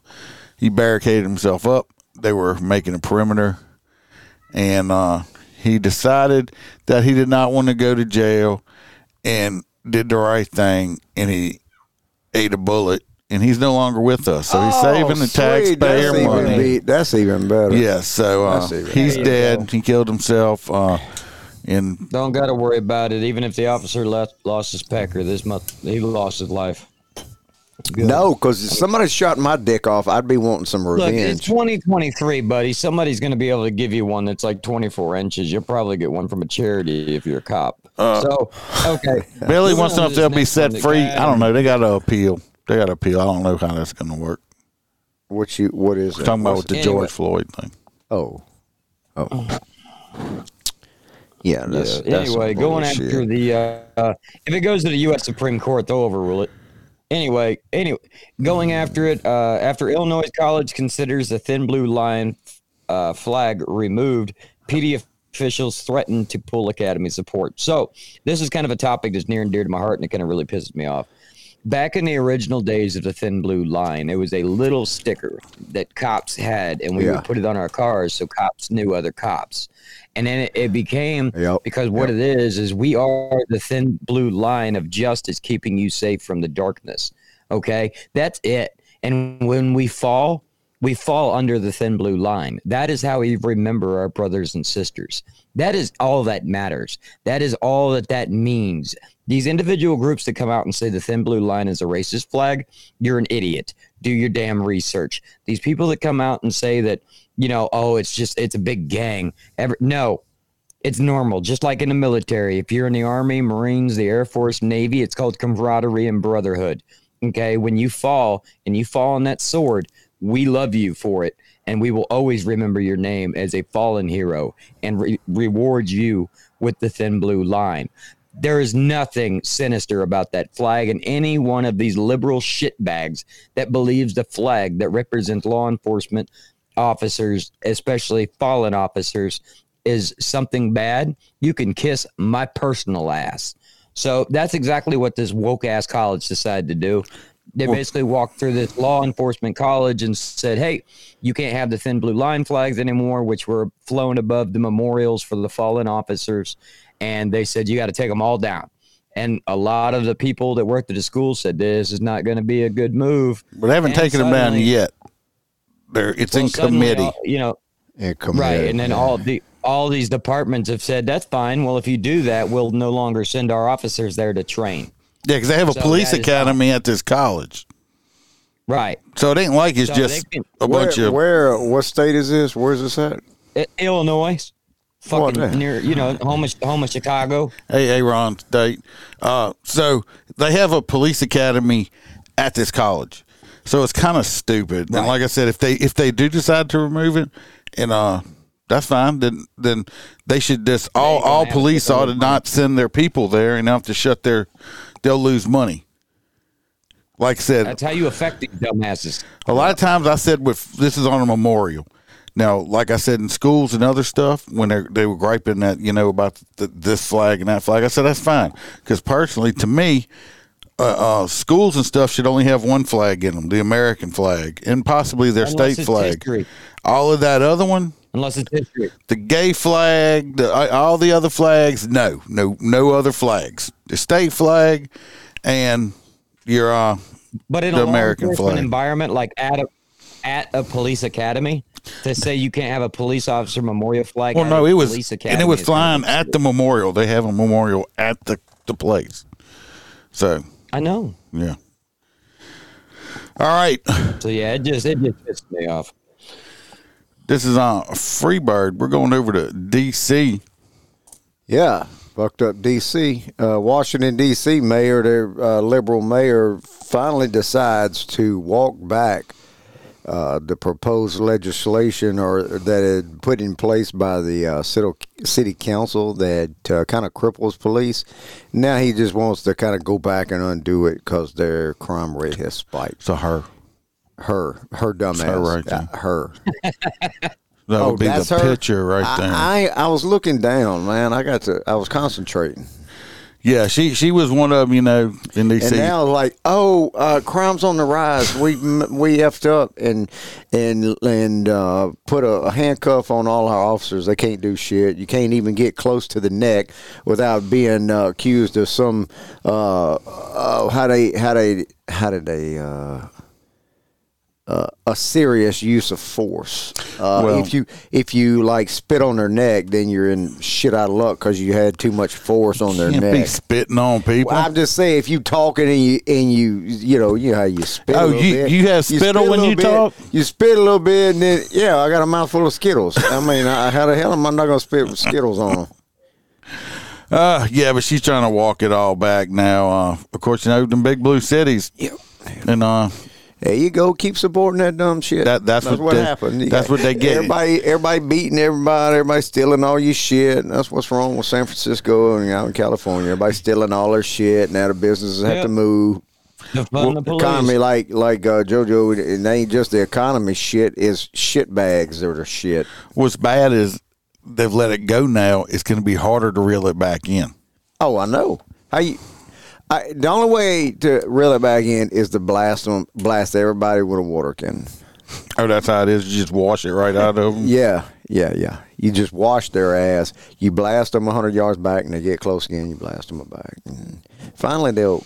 C: He barricaded himself up. They were making a perimeter, and uh, he decided that he did not want to go to jail, and did the right thing, and he ate a bullet. And he's no longer with us, so he's saving the
D: Oh, sweet,
C: taxpayer
D: that's even
C: money.
D: be- that's even better.
C: yeah, so uh,
D: see that.
C: he's
E: There you
C: dead. He killed himself, uh, and
E: Don't got to worry about it. Even if the officer left, lost his pecker this month, he lost his life. Good.
D: No, because if somebody shot my dick off, I'd be wanting some
E: Look, it's
D: revenge.
E: 2023, buddy. Somebody's going to be able to give you one that's like 24 inches. You'll probably get one from a charity if you're a cop. so, okay.
C: Billy
E: Moving
C: wants to know
E: on to
C: if they'll
E: this
C: be
E: next
C: set
E: one that
C: free.
E: got
C: I don't
E: him.
C: know. They got to appeal. They got to appeal. I don't know how that's going to work.
D: what you? What is
C: We're
D: it?
C: talking about with the
E: Anyway.
C: George Floyd thing.
D: Oh, oh. Yeah. That's,
E: Yeah,
D: that's some
E: anyway, going
D: bullshit.
E: after the uh, uh, if it goes to the U.S. Supreme Court, they'll overrule it. Anyway, anyway, going after it uh, after Illinois College considers the thin blue line uh, flag removed, PD officials threatened to pull academy support. So this is kind of a topic that's near and dear to my heart, and it kind of really pisses me off. Back in the original days of the thin blue line, it was a little sticker that cops had, and we
D: Yeah.
E: would put it on our cars so cops knew other cops. And then it, it became
D: Yep.
E: because what it is is we are the thin blue line of justice keeping you safe from the darkness. Okay? That's it. And when we fall, we fall under the thin blue line. That is how we remember our brothers and sisters. That is all that matters. That is all that that means. These individual groups that come out and say the thin blue line is a racist flag, you're an idiot. Do your damn research. These people that come out and say that, you know, oh, it's just it's a big gang. Every, no, it's normal, just like in the military. If you're in the Army, Marines, the Air Force, Navy, it's called camaraderie and brotherhood. Okay. When you fall and you fall on that sword, we love you for it. And we will always remember your name as a fallen hero and re- reward you with the thin blue line. There is nothing sinister about that flag, and any one of these liberal shitbags that believes the flag that represents law enforcement officers, especially fallen officers, is something bad, you can kiss my personal ass. So that's exactly what this woke ass college decided to do. They basically walked through this law enforcement college and said, Hey, you can't have the thin blue line flags anymore, which were flown above the memorials for the fallen officers. And they said, You got to take them all down. And a lot of the people that worked at the school said, This is not going to be a good move.
C: But they haven't
E: And
C: taken them down
E: suddenly-
C: yet. They're, it's in
E: Well, suddenly,
C: committee.
E: uh, You know,
D: Yeah, come
E: right
D: here.
E: and then all the all these departments have said that's fine well if you do that we'll no longer send our officers there to train
C: yeah, because they have a
E: so
C: police
E: that is-
C: academy at this college.
E: right
C: So it ain't like it's
E: So
C: just
E: they can-
C: a bunch
D: where,
C: of.
D: where? What state is this? Where's this at?
E: I- illinois
D: What the-
E: fucking near you know home of, home of chicago
C: Hey, hey, Ron, State. Uh, so they have a police academy at this college. So it's kind of stupid. And like I said, if they if they do decide to remove it, and uh, that's fine. Then then they should just all
E: gonna
C: all
E: have to
C: police
E: take
C: ought
E: over
C: to not send their people there and have to shut their. They'll lose money. Like I said,
E: that's how you affect these dumbasses
C: a lot of times I said with this is on a memorial. Now, like I said in schools and other stuff, when they they were griping that you know about th this flag and that flag, I said that's fine because personally, to me, uh, uh, schools and stuff should only have one flag in them, the American flag, and possibly their
E: Unless
C: state
E: it's
C: flag.
E: history.
C: All of that other one,
E: Unless it's history.
C: the gay flag, the, uh, all the other flags. No, no, no other flags. The state flag, and your uh,
E: But in
C: The
E: a law
C: American
E: enforcement
C: flag.
E: environment, like at a at a police academy, to say you can't have a police officer memorial flag.
C: well,
E: at
C: no,
E: a
C: it was,
E: police academy
C: and it was
E: is-
C: flying at the memorial. They have a memorial at the the place. So
E: I know.
C: yeah. All right.
E: So yeah, it just it just pissed me off.
C: This is on Freebird. We're going over to DC.
D: Yeah, fucked up D.C. Uh, Washington D.C. mayor, their uh, liberal mayor, finally decides to walk back uh, the proposed legislation or that had put in place by the uh, city city council that uh, kind of cripples police. Now he just wants to kind of go back and undo it because their crime rate has spiked.
C: So her.
D: Her, her dumbass,
C: her right there.
D: Uh, her.
C: That would be the
D: Oh, her?
C: picture right there.
D: I, I I was looking down, man. I got to. I was concentrating.
C: yeah, she she was one of them, you know, in DC.
D: and now like oh uh, crimes on the rise we m- we effed up and and and uh, put a, a handcuff on all our officers they can't do shit you can't even get close to the neck without being uh, accused of some uh, uh, how they how they how did they uh, uh, a serious use of force. Uh,
C: Well-
D: if you if you like spit on their neck, then you're in shit out of luck because you had too much force on their
C: Can't
D: neck.
C: be spitting on people.
D: Well, I'm just saying, if you talking and you and you you know you know how you spit.
C: Oh,
D: a little
C: you-
D: bit.
C: you have spittle when
D: a little
C: you
D: bit,
C: talk?
D: You spit a little bit, and then yeah, I got a mouthful of Skittles. I mean, I, how the hell am I not gonna spit Skittles on them?
C: uh, <laughs> yeah, but she's trying to walk it all back now. Uh, of course, you know them big blue cities. Yep. And uh,
D: There you go. Keep supporting that dumb shit.
C: That- that's what
D: what
C: they-
D: happened. You
C: that's
D: got
C: what they get.
D: Everybody, everybody beating everybody. Everybody stealing all your shit. And that's what's wrong with San Francisco and out in California. Everybody stealing all their shit. Now the businesses have
E: Yeah.
D: to move.
E: The,
D: Well,
E: fun the
D: the
E: police.
D: economy, like like uh, JoJo, it ain't just the economy shit. Is shit bags or the shit.
C: what's bad is they've let it go now. It's going to be harder to reel it back in.
D: Oh, I know. How you? I, the only way to reel it back in is to blast them, blast everybody with a water can.
C: Oh, that's how it is. You just wash it right out of them.
D: Yeah, yeah, yeah. You just wash their ass. You blast them hundred yards back, and they get close again. You blast them back, and finally they'll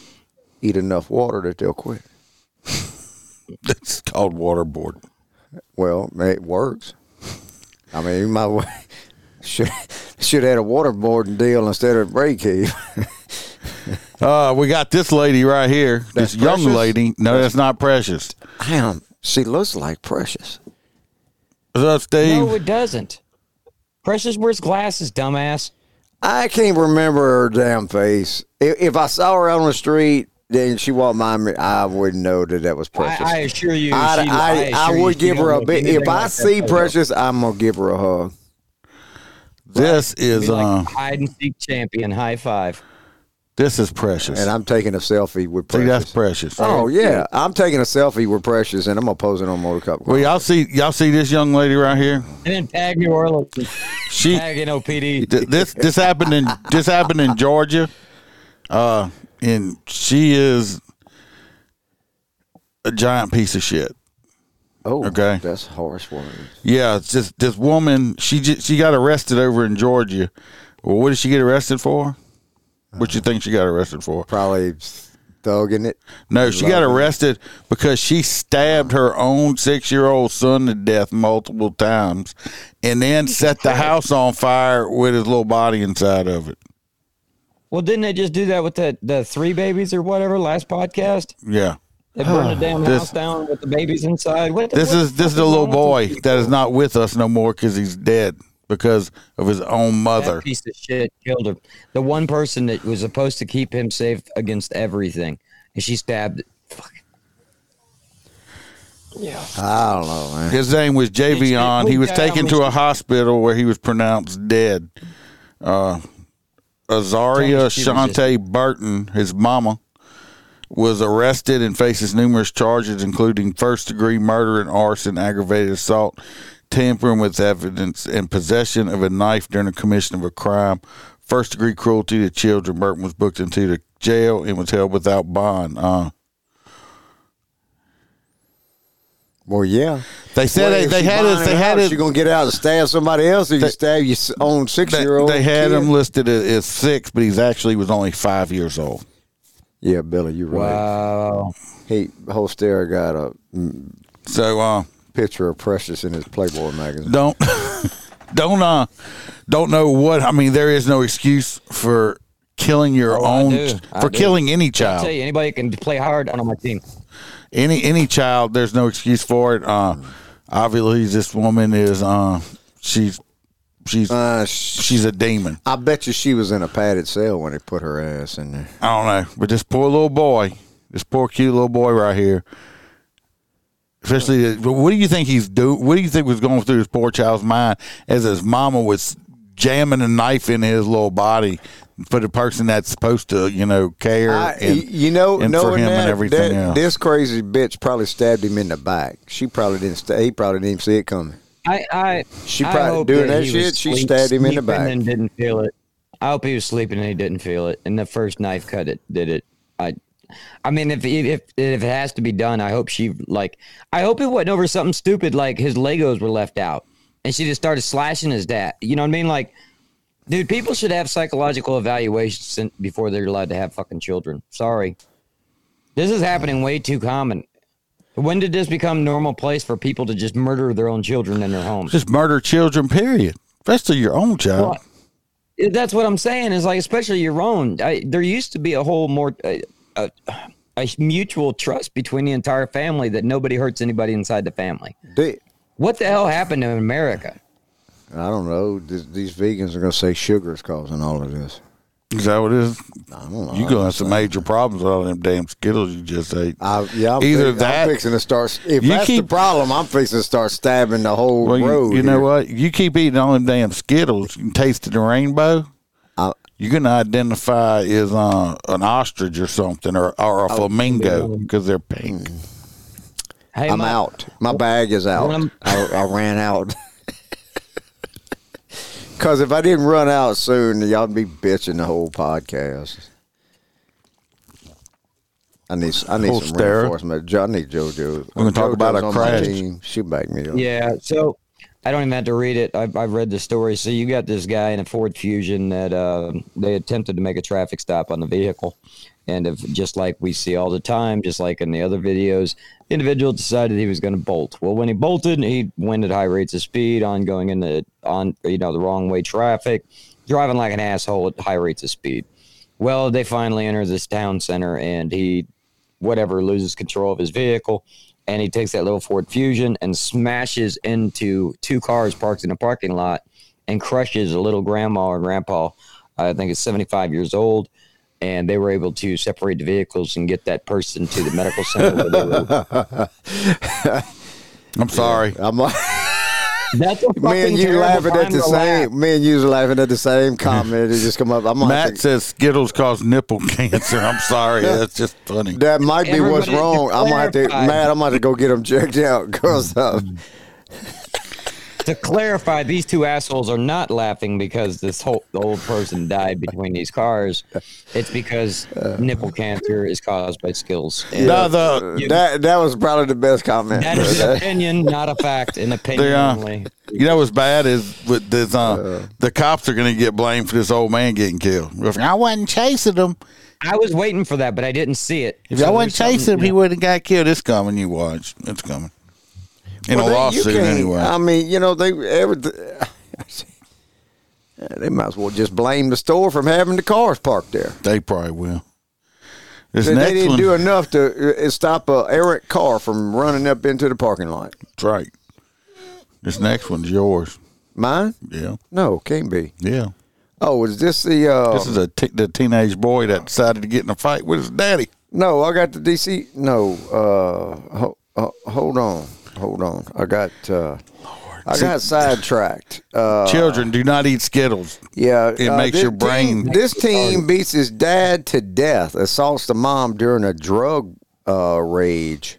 D: eat enough water that they'll quit.
C: <laughs> That's called waterboard.
D: Well, it works. I mean, my way <laughs> should should have had a waterboarding deal instead of a break <laughs> heave.
C: Uh, we got this lady right here.
D: That's
C: this young
D: precious?
C: lady. No, that's not precious.
D: Damn, she looks like precious.
C: What's up, Steve?
E: No, it doesn't. Precious wears glasses, dumbass.
D: I can't remember her damn face. If, if I saw her on the street, then she walked by me. I wouldn't know that that was
E: I,
D: precious.
E: I assure you,
D: I'd-
E: she-
D: I, I,
E: assure you
D: would
E: she
D: give
E: don't
D: her a
E: look
D: big.
E: anything
D: If I
E: like that
D: see
E: photo.
D: Precious, I'm gonna give her a hug.
C: This is
E: Be like
C: uh,
E: hide and seek champion. High five.
C: this is precious.
D: And I'm taking a selfie with
C: See,
D: Precious.
C: that's precious.
D: Oh yeah, I'm taking a selfie with Precious, and I'm gonna pose it on Motor Cup.
C: Well, y'all see, y'all see this young lady right here.
E: And then tag
D: <laughs>
E: New Orleans.
C: She
E: Tag NOPD.
C: th- this this happened in this happened in Georgia, uh, and she is a giant piece of shit.
D: Oh,
C: Okay.
D: that's harsh words.
C: Yeah, it's just this woman. She j- she got arrested over in Georgia. Well, what did she get arrested for? What you
E: Uh-huh.
C: think she got arrested for?
D: Probably thugging it.
C: No, she got arrested because she stabbed her own six year old son to death multiple times and then set the house on fire with his little body inside of it.
E: Well, didn't they just do that with the, the three babies or whatever last podcast?
C: Yeah.
D: <sighs>
E: They burned the damn
C: This-
E: house down with the babies inside. What the,
C: This
E: what
C: is this is a little boy that is not with us no more because he's dead because of his own
E: that
C: mother.
E: piece of shit killed him. The one person that was supposed to keep him safe against everything, and she stabbed. Fuck.
D: I don't know, man.
C: His name was Javion. He was
E: Yeah,
C: taken
E: we
C: to a
E: should-
C: hospital where he was pronounced dead. Uh, Azaria
E: Tell me she was just-
C: Shante Burton, his mama, was arrested and faces numerous charges, including first degree murder and arson, aggravated assault, tampering with evidence, and possession of a knife during the commission of a crime. First degree cruelty to children. Burton was booked into the jail and was held without bond. Uh,
D: Well, yeah.
C: they said
D: Well,
C: they,
D: if
C: they
D: you
C: had
D: buying
C: it. They
D: a
C: had
D: house,
C: it.
D: You're gonna get out and stab somebody else, or you
C: They-
D: stab your s- own
C: they-
D: six-year-old.
C: they had
D: kid.
C: him listed as, as six, but he's actually was only five years old.
D: Yeah, Billy, you're right.
E: Wow.
D: He Holster got a
C: So uh,
D: picture of Precious in his Playboy magazine.
C: don't <laughs> don't uh don't know what I mean. There is no excuse for killing your
E: Oh, I
C: own
E: do.
C: ch-
E: I
C: for
E: do.
C: killing any
E: I
C: child.
E: tell you, anybody can play hard on my team.
C: any any child there's no excuse for it uh obviously this woman is uh she's she's
D: Uh, sh-
C: she's a demon
D: I bet you she was in a padded cell when they put her ass in there.
C: i don't know but this poor little boy this poor cute little boy right here especially but what do you think he's do what do you think was going through this poor child's mind as his mama was jamming a knife in his little body for the person that's supposed to you know care
D: I,
C: and,
D: you know,
C: and
D: knowing
C: for him
D: that,
C: and everything
D: that-
C: else.
D: this crazy bitch probably stabbed him in the back. She probably didn't. Sta- he probably didn't see it coming.
E: I, I
D: She
E: I
D: probably
E: hope
D: doing that
E: he was
D: shit, she
E: sleep-
D: stabbed him in the
E: sleeping
D: back.
E: and didn't feel it. I hope he was sleeping and he didn't feel it. And the first knife cut it did it. I, I mean, if if if it has to be done, I hope she like. I hope it wasn't over something stupid like his Legos were left out, and she just started slashing his dad. You know what I mean? Like, dude, people should have psychological evaluations sin- before they're allowed to have fucking children. Sorry, this is happening way too common. When did this become normal place for people to just murder their own children in their homes?
C: just murder children period especially your own child
E: Well, that's what I'm saying. Is like especially your own. I, there used to be a whole more uh, uh, a mutual trust between the entire family that nobody hurts anybody inside the family.
D: Did-
E: What the hell happened in America?
D: I don't know. Th- these vegans are gonna say sugar's causing all of this.
C: Is that what it is? I
D: don't know.
C: You're gonna have some major problems with all them damn Skittles you just ate.
D: I, yeah, I'm
C: Either
D: fix-
C: that-
D: I'm fixing to start. If
C: You
D: that's
C: keep-
D: the problem, I'm fixing to start stabbing the whole
C: well,
D: road.
C: you, you know
D: here.
C: what? You keep eating all them damn Skittles and tasting the rainbow.
D: I-
C: you're gonna identify as uh, an ostrich or something, or, or a
D: Oh,
C: flamingo because they're pink.
D: Mm-hmm.
E: Hey,
D: I'm
E: my-
D: out. My bag is
E: Well,
D: out.
E: I'm-
D: I, I ran out. <laughs> Because if I didn't run out soon, y'all would be bitching the whole podcast. I need I need
C: Whole
D: some
C: stare.
D: reinforcement. Jo- I need JoJo.
C: We're gonna talk about
D: JoJo's
C: a
D: on my
C: crash.
D: team. She backed me up.
E: Yeah. So I don't even have to read it. I've, I've read the story. So you got this guy in a Ford Fusion that uh, they attempted to make a traffic stop on the vehicle. And if, just like we see all the time, just like in the other videos, the individual decided he was going to bolt. Well, when he bolted, he went at high rates of speed on going into on you know the wrong way traffic, driving like an asshole at high rates of speed. Well, they finally enter this town center, and he whatever loses control of his vehicle and he takes that little Ford Fusion and smashes into two cars parked in a parking lot and crushes a little grandma or grandpa. I think it's 75 years old. And they were able to separate the vehicles and get that person to the medical center. where
D: <laughs>
E: they were-
C: I'm sorry.
D: I'm like,
E: That's a
D: me
E: fucking
D: and you
E: terrible
D: laughing at
E: time
D: the
E: to
D: same.
E: laugh.
D: Me and you laughing at
C: <laughs>
D: the same comment. It just come up. I'm
C: Matt
D: like,
C: says Skittles cause nipple <laughs> cancer. I'm sorry. That's just funny.
D: that might be what's
E: Everybody
D: wrong. I'm gonna have to,
E: clarified.
D: Matt. I'm gonna have to go get him checked out uh, because
E: To clarify, these two assholes are not laughing because this whole the old person died between these cars. It's because
D: Uh.
E: nipple cancer is caused by skills. And
C: No, the
D: That that was probably the best comment.
E: That is an opinion, not a fact. An opinion
C: They, uh,
E: only.
C: You know what's bad is with this, uh, the cops are going to get blamed for this old man getting killed. If I wasn't chasing him,
E: I was waiting for that, but I didn't see it.
C: If
E: So
C: I wasn't
E: there's
C: chasing him,
E: something-
C: he wouldn't got killed. It's coming. You watch. It's coming. In
D: Well,
C: a
D: they- you
C: lawsuit,
D: can't-
C: anyway.
D: I mean, you know, they every, <laughs> they might as well just blame the store from having the cars parked there.
C: they probably will. This
D: They,
C: next
D: they didn't
C: one,
D: do enough to uh, stop a errant car from running up into the parking lot.
C: That's right. This next one's yours.
D: Mine?
C: Yeah,
D: No, can't be.
C: yeah.
D: Oh, is this the? Uh,
C: This is a t- the teenage boy that decided to get in a fight with his daddy.
D: no, I got the DC. No, uh, ho, uh, hold on, hold on. I got. Uh, I got sidetracked. Uh,
C: Children, do not eat Skittles.
D: Yeah, uh,
C: It makes
D: this
C: your brain- Oh,
D: team- this team beats his dad to death. Assaults the mom during a drug uh, rage.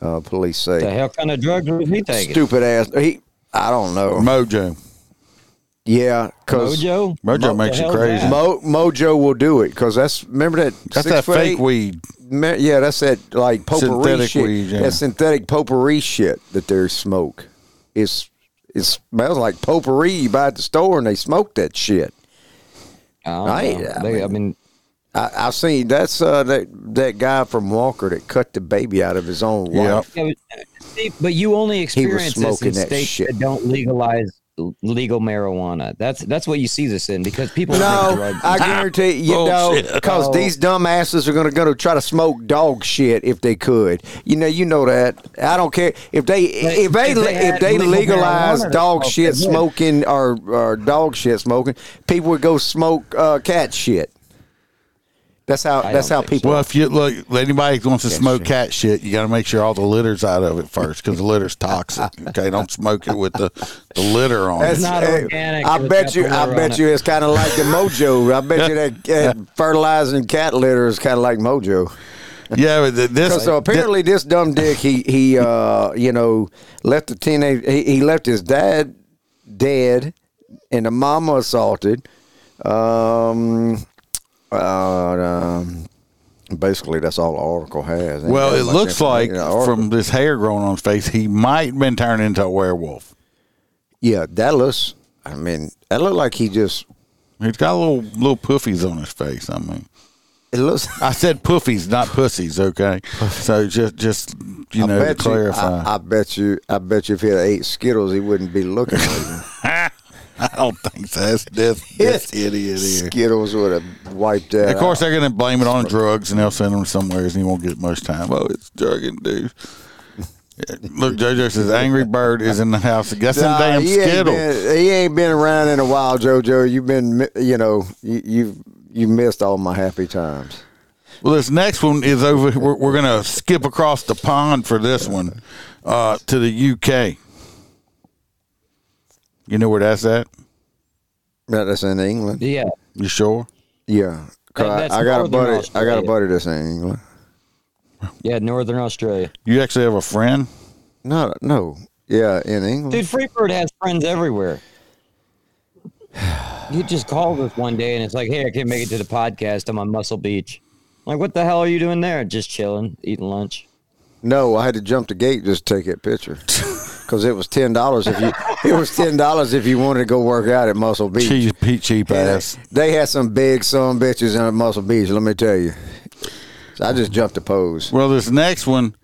D: Uh, police
E: The
D: say
E: hell kind of drugs was he taking?
D: stupid ass. He, I don't know.
C: Mojo.
D: Yeah, because
E: Mojo.
C: Mojo
E: What
C: makes
E: the
C: you
E: hell's
C: crazy.
E: that?
D: Mo, Mojo will do it because that's remember that
C: That's
D: six
C: that
D: foot
C: fake
D: eight?
C: weed.
D: Ma- yeah, that's that like potpourri
C: Synthetic
D: shit.
C: weed, yeah.
D: That synthetic potpourri shit that they smoke. It's it smells like potpourri you buy at the store and they smoke that shit.
E: I, don't
D: I-
E: know.
D: I
E: They- I mean,
D: I, I've seen that's uh, that that guy from Walker that cut the baby out of his own
C: Yeah.
D: wife.
E: Yeah, but, see, but you only experience this
D: smoking
E: in
D: that
E: states
D: shit.
E: that don't legalize l- legal marijuana. That's that's what you see this in because people think
D: No,
E: drugs.
D: I guarantee you know because
E: Oh.
D: these dumbasses are going to go to try to smoke dog shit if they could. You know, you know that. I don't care if they if they
E: if they
D: if
E: had
D: they
E: legal
D: legalize
E: marijuana to
D: dog
E: smoke,
D: shit
E: they would.
D: smoking or or dog shit smoking, people would go smoke uh, cat shit. That's how
E: I
D: that's
E: don't
D: how
E: think
D: people.
C: Well, if you look, anybody who wants to smoke
D: shit.
C: cat shit, you got to make sure all the litter's out of it first because the litter's toxic. Okay, don't smoke it with the, the litter on
D: That's
C: it.
E: not
D: eh,
E: organic,
D: I
E: it's
D: bet you.
E: got
D: I
E: the
D: bet
E: marijuana.
D: you it's kind of like the mojo. I bet you
E: <laughs>
D: that, that fertilizing cat litter is kind of like mojo.
C: Yeah, but th- this.
D: So, so apparently, this dumb dick, he he, uh, you know, left the teenage. He, he left his dad dead, and the mama assaulted. Um, uh, um, basically, that's all the article has. Ain't
C: well,
D: got
C: it
D: much
C: looks like
D: information. The article-
C: from this hair growing on his face, he might have been turned into a werewolf.
D: yeah, that looks. I mean, that looked like he just.
C: He's got little little poofies on his face. I mean,
D: It looks.
C: I said poofies, not pussies. Okay, so just just you know
D: I
C: to
D: bet you,
C: clarify.
D: I, I bet you. I bet you, if he had ate Skittles, he wouldn't be looking.
C: <laughs>
D: like
C: I don't think so. That's this, this
D: <laughs>
C: idiot here.
D: Skittles would have wiped that.
C: Of course,
D: out.
C: they're going to blame it on drugs, and they'll send him somewhere, and he won't get much time. Oh, it's drug
D: <laughs>
C: induced. Look, JoJo says Angry Bird is in the house. That's some
D: Nah,
C: damn
D: he
C: Skittle.
D: Ain't been, he ain't been around in a while, JoJo. You've been, mi- you know, you you you missed all my happy times.
C: Well, this next one is over. We're, we're going to skip across the pond for this one uh, to the UK. You know where that's at?
D: That- That's in England.
E: yeah,
C: You sure?
D: Yeah, 'Cause
E: That-
D: I-
E: that's
D: I, got a
E: Northern
D: buddy. I got a
E: Australia.
D: buddy that's in England.
E: yeah, Northern Australia,
C: You actually have a friend?
D: No, no, yeah, in England.
E: dude. Freebird has friends everywhere. You just called us one day and it's like, hey, I can't make it to the podcast. I'm on Muscle Beach. I'm like, what the hell are you doing there? Just chilling, eating lunch.
D: No, I had to jump the gate just to take that <laughs> picture because it was ten dollars if you. It was ten dollars if you wanted to go work out at Muscle Beach.
C: Cheap, cheap, cheap
D: And
C: ass.
D: They had some big some bitches in Muscle Beach. Let me tell you. So I just jumped the pose.
C: Well, this next one,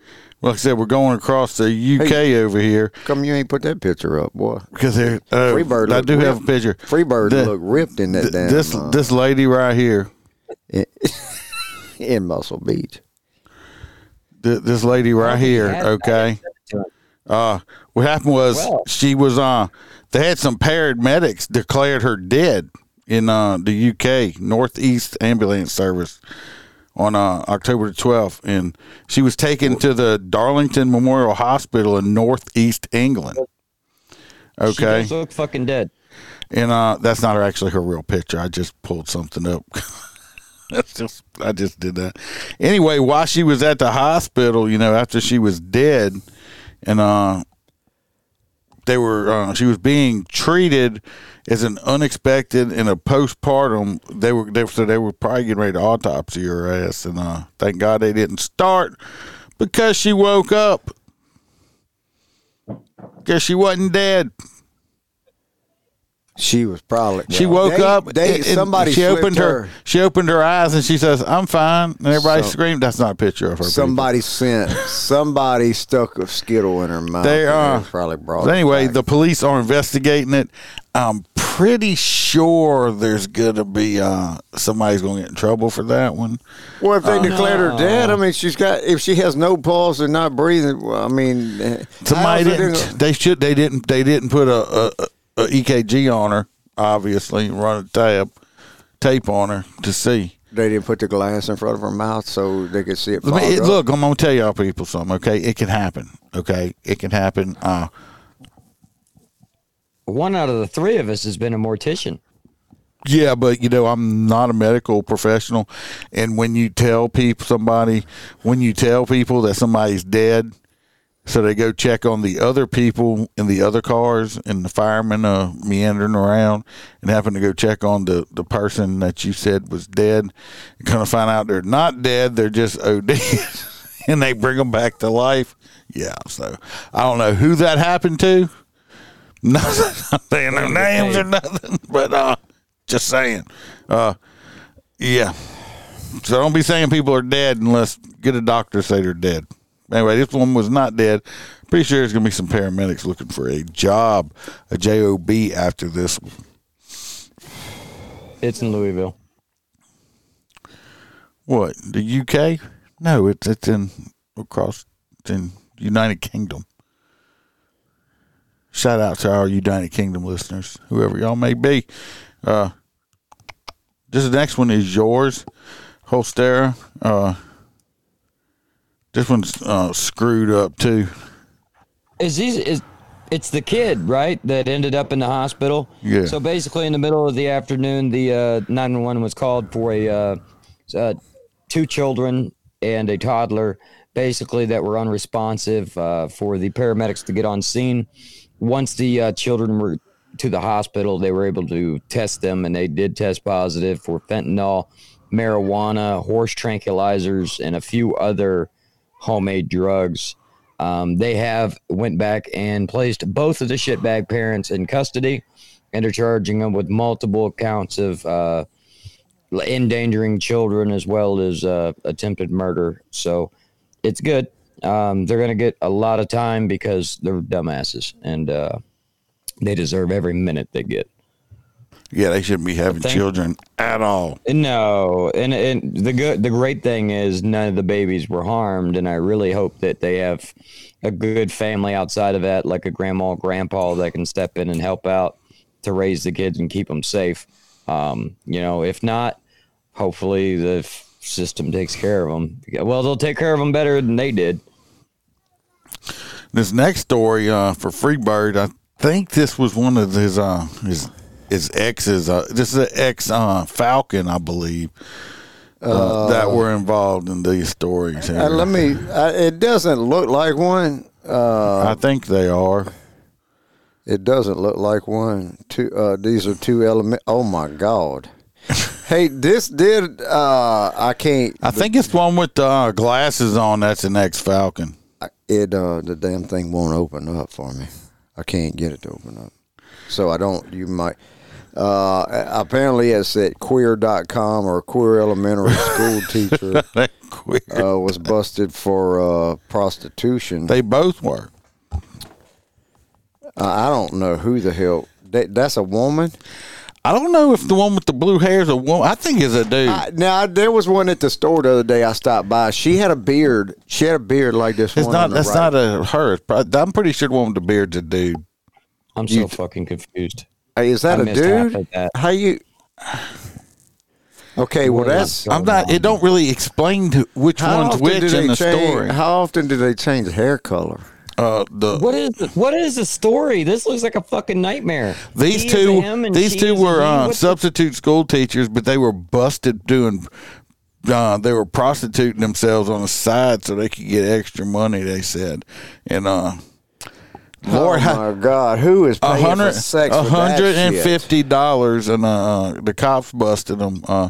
C: like I said, we're going across the UK over here.
D: Come you ain't put that picture up, boy.
C: because they're uh,
D: Freebird
C: I
D: look
C: do
D: ripped.
C: have a picture.
D: Freebird
C: The-
D: looked ripped in that
C: th-
D: damn
C: this
D: uh,
C: this lady right here,
D: in Muscle Beach.
C: th- this lady right here.
E: Yeah, I
C: Okay,
E: said to him,
C: uh, what happened was
E: Well.
C: she was uh they had some paramedics declared her dead in uh the UK Northeast Ambulance Service on uh October the twelfth, and she was taken to the Darlington Memorial Hospital in Northeast England.
E: She
C: Okay,
E: does look fucking dead.
C: And uh, that's not actually her real picture. I just pulled something up. <laughs> that's just I just did that. Anyway, while she was at the hospital, you know, after she was dead, and uh, they were uh, she was being treated as an unexpected and a postpartum. They were they, so they were probably getting ready to autopsy her ass, and uh, thank God they didn't start because she woke up. Guess she wasn't dead.
D: She was probably
C: She woke
D: They-
C: up.
D: They
C: and- and
D: somebody
C: She
D: slipped
C: opened her,
D: her.
C: She opened her eyes and she says, "I'm fine." And everybody
D: So-
C: screamed. That's not a picture of her.
D: Somebody sent. Somebody stuck a skittle in her mouth.
C: They
D: and
C: are.
D: probably brought.
C: people. But
D: it
C: anyway,
D: back.
C: the police are investigating it. I'm pretty sure there's gonna be uh, somebody's gonna get in trouble for that one.
D: well, if they declared her dead, I mean, she's got. If she has no pulse and not breathing, well, I mean, eh,
C: Somebody
D: how's it
C: didn't.
D: gonna-
C: They should. They didn't. They didn't put a, a, a EKG on her. Obviously, and run a tab tape on her to see.
D: They didn't put the glass in front of her mouth so they could see it.
C: I mean,
D: fog
C: it-
D: up.
C: look, I'm gonna tell y'all people something. Okay, it can happen. Okay, it can happen. Uh,
E: One out of the three of us has been a mortician.
C: Yeah, but you know, I'm not a medical professional, and when you tell people somebody, when you tell people that somebody's dead, So they go check on the other people in the other cars and the firemen uh, meandering around and happen to go check on the, the person that you said was dead. And kind of find out they're not dead, they're just <laughs> OD and they bring them back to life. Yeah, so I don't know who that happened to. <laughs> Nothing. I'm saying no names or nothing, but uh, just saying. Uh, yeah. So don't be saying people are dead unless get a doctor to say they're dead. Anyway, this one was not dead. Pretty sure there's gonna be some paramedics looking for a job, a job after this.
E: It's in Louisville.
C: What the UK? No, it's it's in across it's in United Kingdom. Shout out to our United Kingdom listeners, whoever y'all may be. Uh, this next one is yours, Holstera. Uh, this one's uh, screwed up too.
E: is these is it's the kid right that ended up in the hospital
C: Yeah.
E: so basically in the middle of the afternoon the uh 911 was called for a uh, uh two children and a toddler basically that were unresponsive uh, for the paramedics to get on scene once the uh, children were to the hospital they were able to test them and they did test positive for fentanyl marijuana horse tranquilizers and a few other homemade drugs um, they have went back and placed both of the shitbag parents in custody and are charging them with multiple counts of uh, endangering children as well as uh, attempted murder. So it's good. Um, they're going to get a lot of time because they're dumbasses and uh, they deserve every minute they get.
C: Yeah, they shouldn't be having
E: Thank-
C: children at all.
E: And No, and and the good, the great thing is none of the babies were harmed, and I really hope that they have a good family outside of that, like a grandma, grandpa that can step in and help out to raise the kids and keep them safe. Um, you know, if not, hopefully the f- system takes care of them. Well, they'll take care of them better than they did.
C: This next story uh, for Freebird, I think this was one of his uh, his his exes. Uh, this is an ex uh, Falcon, I believe, uh, that were involved in these stories. here.
D: Uh, let me. I, it doesn't look like one.
C: I think they are.
D: It doesn't look like one. Two. Uh, these are two element. Oh
C: <laughs>
D: my god. hey, this did. Uh, I can't.
C: I think it's one with the uh, glasses on. That's an ex Falcon.
D: It. Uh, the damn thing won't open up for me. I can't get it to open up. So I don't. You might. Uh, apparently it's at queer.com or
C: <laughs>
D: queer elementary school teacher uh, was busted for uh, prostitution.
C: They both were.
D: Uh, I don't know who the hell. That, that's a woman.
C: I don't know if the one with the blue hair is a woman. I think it's a dude.
D: I, now I- there was one at the store the other day. I stopped by. She had a beard. She had a beard like this
C: it's
D: one.
C: not.
D: on the
C: That's
D: right.
C: not a her. It's prob- I'm pretty sure the one with the beard's a dude.
E: I'm so fucking confused.
D: Hey, is that
E: I
D: a
E: missed half
D: dude?
E: of that.
D: How you? Okay, well
E: Really
D: that's.
E: not
C: I'm not. It don't really explain to which one's which in the
D: change?
C: story.
D: How often do they change hair color?
C: Uh, the
E: What is the, what is the story? This looks like a fucking nightmare.
C: these
E: He is a him
C: two
E: and
C: these
E: she
C: two
E: is a
C: were
E: he.
C: uh,
E: What the-
C: substitute school teachers, but they were busted doing. Uh, they were prostituting themselves on the side so they could get extra money. They said, and uh, Lord,
D: oh
C: how-
D: my God, who is
C: a
D: paying
C: hundred,
D: for sex?
C: a
D: with that
C: hundred and
D: shit?
C: fifty dollars, and uh, the cops busted them. Uh,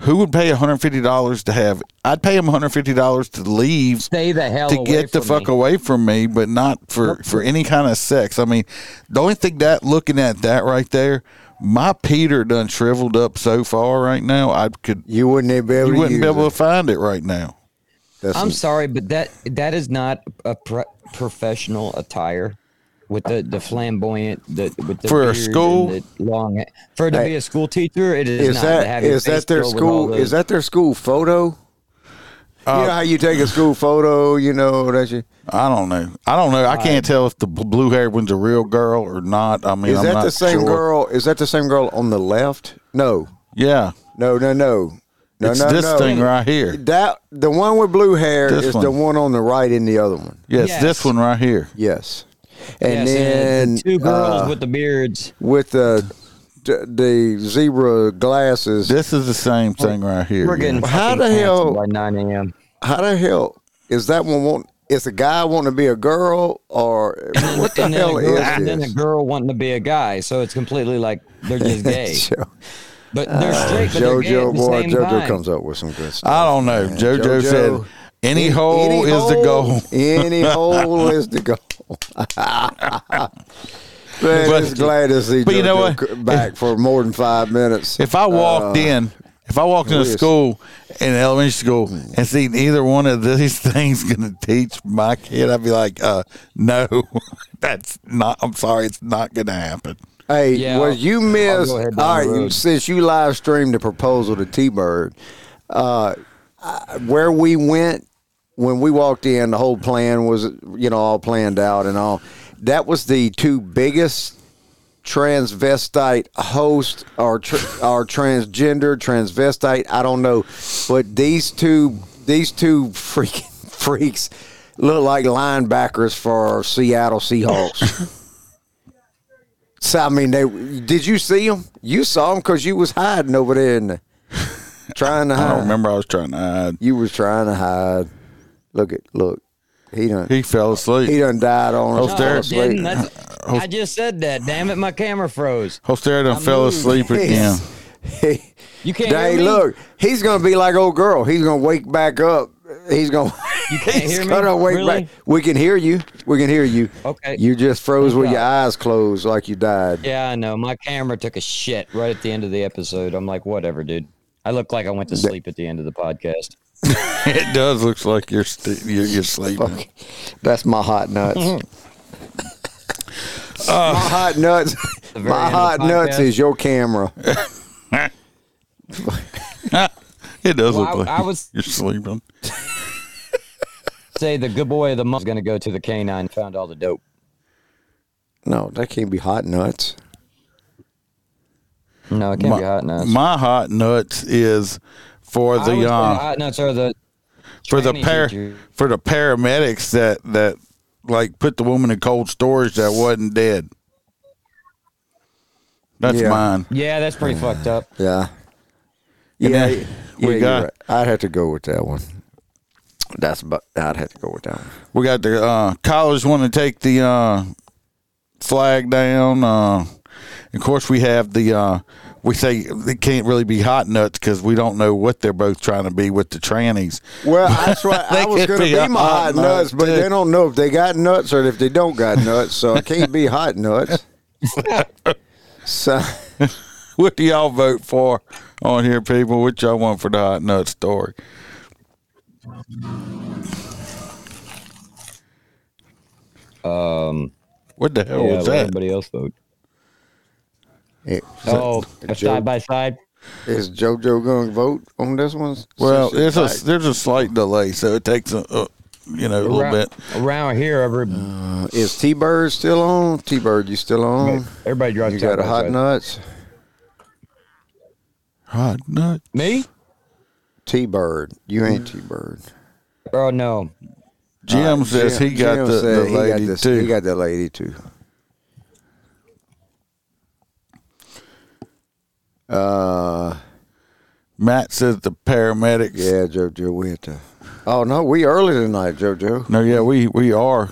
C: who would pay a hundred fifty dollars to have? I'd pay them a hundred fifty dollars to leave
E: Stay the hell
C: to
E: away
C: get the
E: from
C: fuck
E: me.
C: away from me, but not for for any kind of sex. I mean, the only thing that looking at that right there, my Peter done shriveled up so far right now. I could
D: You wouldn't even be able.
C: you
D: to
C: wouldn't
D: use
C: be able
D: it.
C: to find it right now.
D: That's
E: I'm sorry, but that that is not a pro- professional attire with the, the flamboyant the with the
C: For a
E: beard and
C: school?
E: the long for to be a school teacher. It is,
D: is
E: not to
D: that
E: have your
D: is
E: face
D: that their
E: filled with all
D: school
E: those-
D: is that their school photo?
C: Uh,
D: you know how you take a school photo, you know that you
C: I don't know. I don't know. I can't tell if the blue haired one's a real girl or not. I mean,
D: is
C: I'm
D: that
C: not
D: the same
C: sure.
D: girl? Is that the same girl on the left? No,
C: Yeah.
D: no, no, no, no,
C: it's
D: no,
C: this
D: no.
C: thing right here.
D: That the one with blue hair
C: This
D: is
C: one.
D: the one on the right in the other one.
C: Yeah, it's this
E: Yes.
C: one right here.
D: Yes, and
E: Yes,
D: then
E: the two girls
D: uh,
E: with the beards.
D: with the the zebra glasses.
C: This is the same
D: Oh,
C: thing right here.
E: We're getting
D: how
E: fucking
D: the hell-
E: canceled by nine a.m.
D: How the hell is that one? Want it's a guy wanting to be a girl or what the
E: and then, a
D: hell
E: girl, and then a
D: is
E: girl wanting to be a guy, so it's completely like
D: <laughs>
E: they're just gay.
D: this?
E: But they're straight, but they're gay
D: JoJo,
E: at the
D: boy,
E: same
D: JoJo
E: time.
D: comes up with some good stuff.
C: I don't know.
D: man.
C: JoJo, said, any, hole
D: any
C: is the
D: hole-
C: goal.
D: Any hole is
C: <laughs>
D: the goal. Man,
C: But-
D: it's glad to see
C: but you know
D: JoJo
C: what?
D: back for more than five minutes.
C: If I
D: Uh,
C: walked in, if I walked into
D: Lewis.
C: school in elementary school and seen either one of these <laughs> things going to teach my kid, I'd be like, uh, no, <laughs> that's not, I'm sorry, it's not going to happen.
D: Hey,
E: Yeah,
D: well,
E: I'll-
D: you
E: I'll
D: missed.
E: go
D: All
E: ahead down
D: right,
E: the
D: you,
E: road.
D: since you live streamed the proposal to T Bird, uh, I- where we went when we walked in, the whole plan was, you know, all planned out and all. That was the two biggest transvestite host or tr- or transgender transvestite. I don't know, but these two these two freaking <laughs> freaks look like linebackers for Seattle Seahawks. So I mean, they did you see them? You saw them because you was hiding over there and trying to
C: I
D: hide.
C: don't remember. I was trying to hide.
D: You was trying to hide. Look at look. He done he,
C: He fell asleep.
D: done died on us.
E: No,
C: there.
E: I Oh, didn't. That's- I just said that. Damn it, my camera froze.
C: Hoster Oh, done
E: I
C: fell
D: <laughs>
E: moved.
C: asleep again.
D: Yes. He-
E: You can't hear
D: Hey,
E: me?
D: look, he's gonna be like old girl. He's gonna wake back up. He's gonna. <laughs>
E: You can't
D: he's
E: hear me?
D: gonna wake
E: Really?
D: back. We can hear you. We can hear you.
E: Okay.
D: You just froze
E: Thank
D: with your
E: God.
D: eyes closed, like you died.
E: Yeah, I know. My camera took a shit right at the end of the episode. I'm like, whatever, dude. I look like I went to sleep at the end of the podcast.
C: It does look like you're, st- you're, you're sleeping.
D: Fuck. That's my hot nuts.
E: Mm-hmm.
D: my hot nuts.
E: Uh. <laughs> very
D: My
E: end of
D: hot
E: the
D: nuts
E: podcast.
D: is your camera.
C: It does
E: Well,
C: look
E: I-
C: like
E: I was-
C: you're sleeping.
E: Say the good boy of the month is going to go to the canine and found all the dope.
D: No, that can't be hot nuts.
E: No, it can't
C: My,
E: be hot nuts.
C: my hot nuts is for
E: I always
C: the
E: think
C: uh,
E: hot nuts are the
C: for the
E: training
C: par-
E: teachers.
C: for the paramedics that that like put the woman in cold storage that wasn't dead. That's
D: Yeah.
C: mine.
E: Yeah, that's pretty fucked up.
D: Yeah.
C: And
D: Yeah.
C: then
D: yeah,
C: we
D: you're
C: got-
D: right. I'd have to go with that one. That's about. I'd have to go with that one.
C: We got the uh, college want to take the uh, flag down. Uh, of course, we have the uh, we say it can't really be hot nuts because we don't know what they're both trying to be with the trannies.
D: Well, that's why
C: <laughs> They
D: I was
C: could
D: going to
C: be
D: be,
C: a
D: my
C: hot
D: hot
C: nut,
D: nuts, but
C: too.
D: they don't know if they got nuts or if they don't got nuts,
C: <laughs>
D: so I can't be hot nuts. so,
C: What do y'all vote for on here, people? What y'all want for the hot nut story? Um, what the hell
E: yeah,
C: was
E: let
C: that?
E: everybody else vote.
D: is
E: Oh, a
D: joke?
E: side by side.
D: JoJo going to vote on this one?
C: Well,
D: Since
C: there's
D: it's
C: a there's a slight delay, so it takes a, a you know a little
E: Around,
C: bit.
E: around here, every,
D: tight? is T Bird still on? T Bird, you still on?
E: everybody
D: Uh,
E: drives.
D: You got a
E: side by
D: hot
E: side.
D: nuts?
C: Hot nut.
E: Me?
D: T Bird, you ain't T Bird.
E: Oh no,
C: Jim says he got the, the lady
D: he got this,
C: too.
D: He got the lady too. Uh,
C: Matt says the paramedics.
D: yeah, JoJo, we had to. Oh no, we early tonight, JoJo.
C: No, yeah, we we are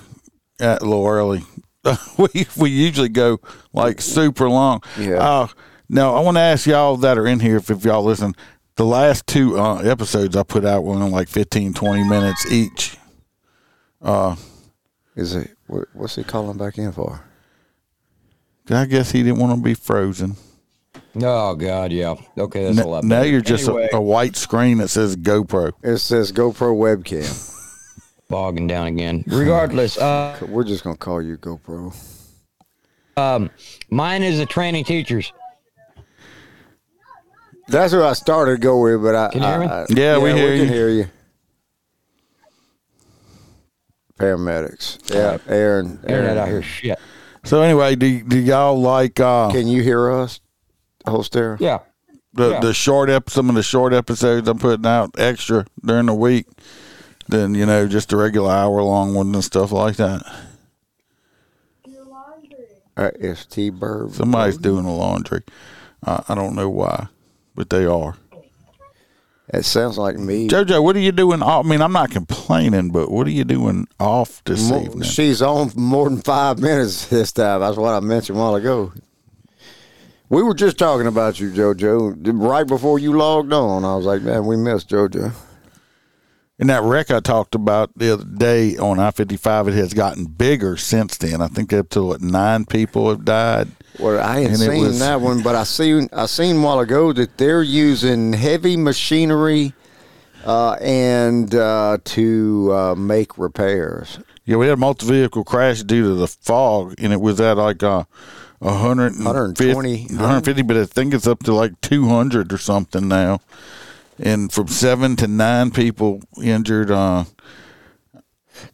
C: at a little early. <laughs> we we usually go like super long.
D: Yeah.
C: Uh, now I want to ask y'all that are in here if, if y'all listen. The last two uh, episodes I put out were in like 15, 20 minutes each.
D: Is it? What, what's he calling back in for?
C: 'Cause I guess he didn't want to be frozen.
E: Oh God, yeah. Okay, that's a
C: N-
E: lot.
C: now
E: better.
C: you're just
E: Anyway,
C: a, a white screen that says GoPro.
D: It says GoPro webcam.
E: bogging down again. Regardless, uh,
D: We're just gonna call you GoPro.
E: mine is the training teachers.
D: That's who I started to go with, but I
E: Can you hear me?
D: I- I-
C: Yeah, we hear
D: we
C: you.
D: can hear you. Paramedics. Yeah, Aaron.
E: Internet
D: Aaron.
E: out here, shit.
C: So anyway, do, do y'all like uh,
D: Can you hear us, Holster?
E: Yeah,
C: the
E: yeah.
C: the short ep- some of the short episodes I'm putting out extra during the week than you know just the regular hour long ones and stuff like that.
D: Uh, it's T Bird.
C: Somebody's doing the laundry. I I don't know why, but they are.
D: It sounds like me.
C: Jojo, what are you doing? Off? I mean, I'm not complaining, but what are you doing off this
D: Mo-
C: evening?
D: she's on for more than five minutes this time. That's what I mentioned a while ago. We were just talking about you, JoJo. Right before you logged on, I was like, man, we missed JoJo.
C: And that wreck I talked about the other day on I 55, it has gotten bigger since then. I think up to what, nine people have died.
D: Well, I ain't
C: And it
D: seen
C: was-
D: that one, but I seen I seen a while ago that they're using heavy machinery uh, and uh, to uh, make repairs.
C: Yeah, we had a multi vehicle crash due to the fog, and it was at like uh, 150,
D: 120.
C: 150, but I think it's up to like 200 or something now. And from seven to nine people injured. Uh,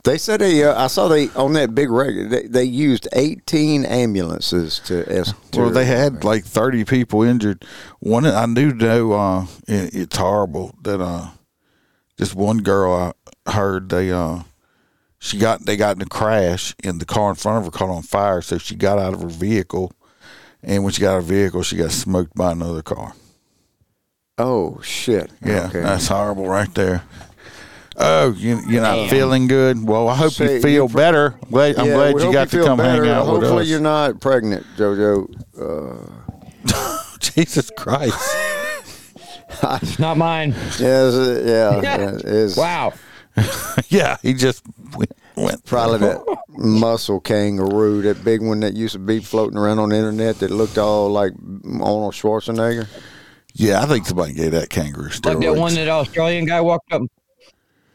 D: They said they. Uh, I saw they on that big record. They, they used eighteen ambulances to. es-
C: Well,
D: to-
C: they had like thirty people injured. One I knew though, uh, it, it's horrible that uh, this one girl I heard they uh, she got they got in a crash and the car in front of her caught on fire, so she got out of her vehicle, and when she got out of her vehicle, she got smoked by another car.
D: Oh shit!
C: Yeah,
D: Okay.
C: that's horrible right there. Oh, you, you're not feeling good. Well, I hope
D: Say,
C: you feel better. Glad, I'm
D: Yeah,
C: glad
D: we
C: you
D: hope
C: got to
D: feel
C: come
D: better.
C: hang out
D: Hopefully
C: with us.
D: you're not pregnant, JoJo. <laughs>
C: Jesus Christ.
E: It's not mine.
D: Yes, uh, yeah, yeah. It's
E: Wow.
C: <laughs> yeah, he just went. went <laughs>
D: Probably that muscle kangaroo, that big one that used to be floating around on the internet that looked all like Arnold Schwarzenegger.
C: Yeah, I think somebody gave that kangaroo
E: Like
C: steroids.
E: that one that Australian guy walked up.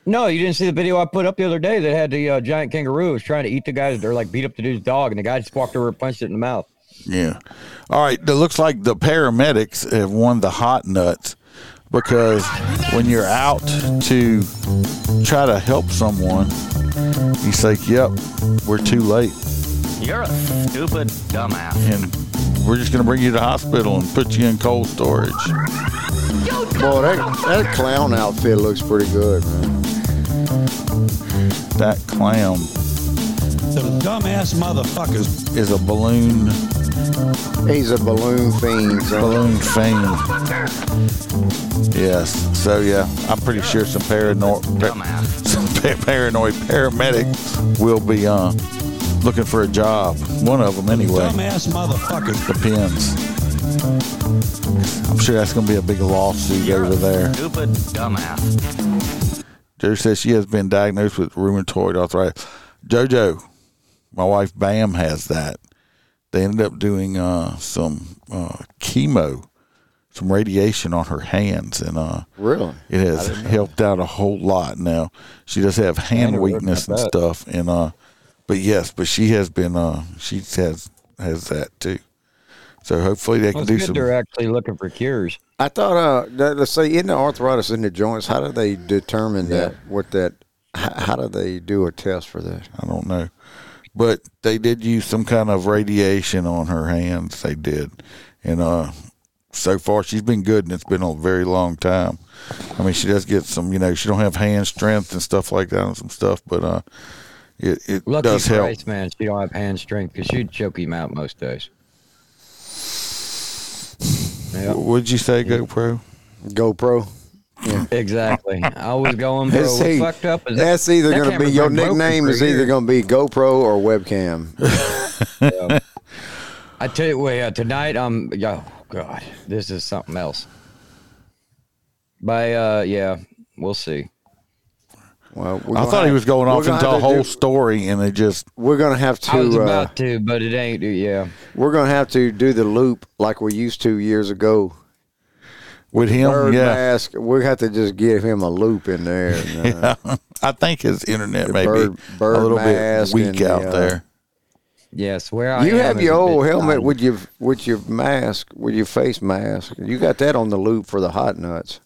E: No, you didn't see the video I put up the other day that had the uh, giant kangaroo was trying to eat the guys. They're like beat up the dude's dog, and the guy just walked over and punched it in the mouth.
C: yeah. All right. It looks like the paramedics have won the hot nuts because when you're out to try to help someone, you say, "Yep, we're too late,"
H: You're a stupid dumbass.
C: and we're just going to bring you to the hospital and put you in cold storage.
D: Boy, that, that clown outfit looks pretty good, man.
C: That clown
I: Some dumbass motherfuckers.
C: is a balloon
D: He's a balloon fiend. So.
C: balloon fiend. Yes. So yeah, I'm pretty sure some paranoid
H: Dumbass.
C: some <laughs> pa- paranoid paramedic will be uh, looking for a job. One of them, anyway.
I: Dumbass motherfuckers.
C: Depends. I'm sure that's going to be a big lawsuit
H: You're
C: over
H: a
C: there.
H: Stupid dumbass.
C: Joe says she has been diagnosed with rheumatoid arthritis. Jojo, my wife Bam has that. They ended up doing uh, some uh, chemo, some radiation on her hands, and uh,
D: Really?
C: it has helped out a whole lot now. She does have hand
E: Hand work, I
C: weakness and
E: bet.
C: stuff, and uh, but yes, but she has been uh, she has has that too. So hopefully they can
E: Well, it's
C: do
E: good
C: some.
E: they're actually looking for cures.
D: I thought, uh, that, let's say, in the arthritis in the joints, how do they determine that? What that? How, how do they do a test for that?
C: I don't know, but they did use some kind of radiation on her hands. They did, and uh, so far she's been good, and it's been a very long time. I mean, she does get some, you know, she don't have hand strength and stuff like that, and some stuff, but uh, it it
E: Lucky
C: does help.
E: Christ, man, she don't have hand strength because she'd choke him out most days. Yeah,
C: Would you say GoPro?
D: GoPro.
E: exactly. I was
D: <laughs>
E: going, bro.
D: It's
E: what's
D: he-
E: fucked up is
D: That's either
E: that
D: going to be
E: camera's
D: your
E: been broken
D: nickname
E: for
D: is either
E: years.
D: going to be GoPro or webcam.
E: I tell you what, yeah, tonight um yeah, oh god, this is something else. By uh yeah, we'll see.
D: Well,
C: I thought he was going off into a whole
D: story.
C: story, and they just
D: We're gonna have
E: I was
D: to. Uh,
E: about to, but it ain't yeah.
D: we're gonna have to do the loop like we used to years ago.
C: with him.
D: Bird
C: Oh, yeah,
D: mask. We have to just give him a loop
C: <laughs>
D: in there. and, uh,
C: I think his internet may
D: bird-
C: be
D: bird
C: a little bit
D: mask
C: weak
D: and the,
C: out
D: uh,
C: there.
E: Oh, Yeah, swear I
D: you
E: am
D: have
E: is
D: your
E: a bit
D: old helmet
E: dumb.
D: with your with your mask with your face mask. You got that on the loop for the hot nuts.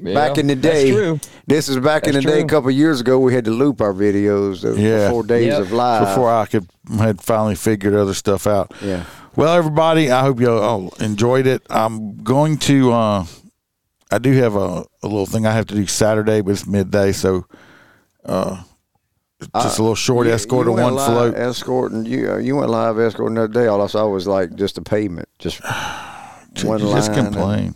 E: Yeah,
D: back in the
E: that's
D: day,
E: true.
D: this is back in the
E: That's
D: day. A
E: true.
D: couple of years ago, we had to loop our videos. Those
C: Yeah.
D: four days
E: Yep.
D: of live.
C: before I could had finally figured other stuff out.
D: Yeah.
C: Well, everybody, I hope you all enjoyed it. I'm going to. Uh, I do have a, a little thing I have to do Saturday, but it's midday, so uh, just a little short
D: You-
C: escort
D: you
C: of one
D: went
C: float.
D: live Escorting you, uh, you went live escorting the other day. All I saw was like just the pavement, just one
C: You
D: line.
C: just
D: and-
C: complain.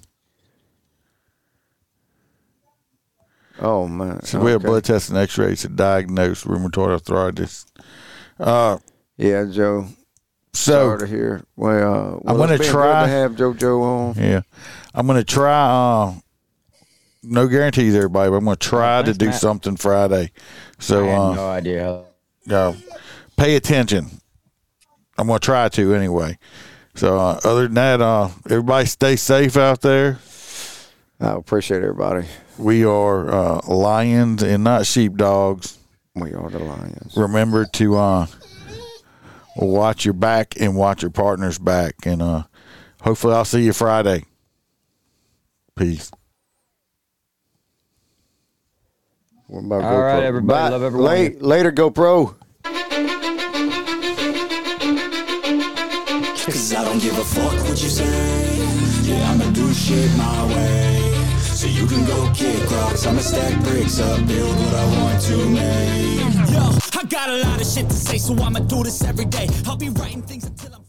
D: Oh man.
C: So we have
D: Okay.
C: blood tests and X-rays to diagnose rheumatoid arthritis.
D: Yeah, Joe.
C: So
D: Sorry to hear. Well, uh, well,
C: wanna
D: it's been good
C: try-
D: to have JoJo on.
C: yeah, I'm gonna try. Uh, no guarantees, everybody, but I'm gonna try to
E: Thanks,
C: do
E: Matt.
C: something Friday. So
E: I
C: uh,
E: had no idea. how-
C: uh, pay attention. I'm gonna try to anyway. So uh, other than that, uh, everybody stay safe out there.
D: I appreciate everybody.
C: We are uh, lions and not sheepdogs.
D: We are the Lions.
C: Remember to uh, watch your back and watch your partner's back. And uh, hopefully, I'll see you Friday. Peace.
D: What about
E: All right, everybody. Love everyone.
D: Late, later, GoPro.
J: Cause I don't give a fuck what you say. Yeah, I'ma do shit my way. So you can go kick rocks. I'ma stack bricks up, build what I want to make.
G: Yo, I got a lot of shit to say, so I'ma do this every day. I'll be writing things until I'm.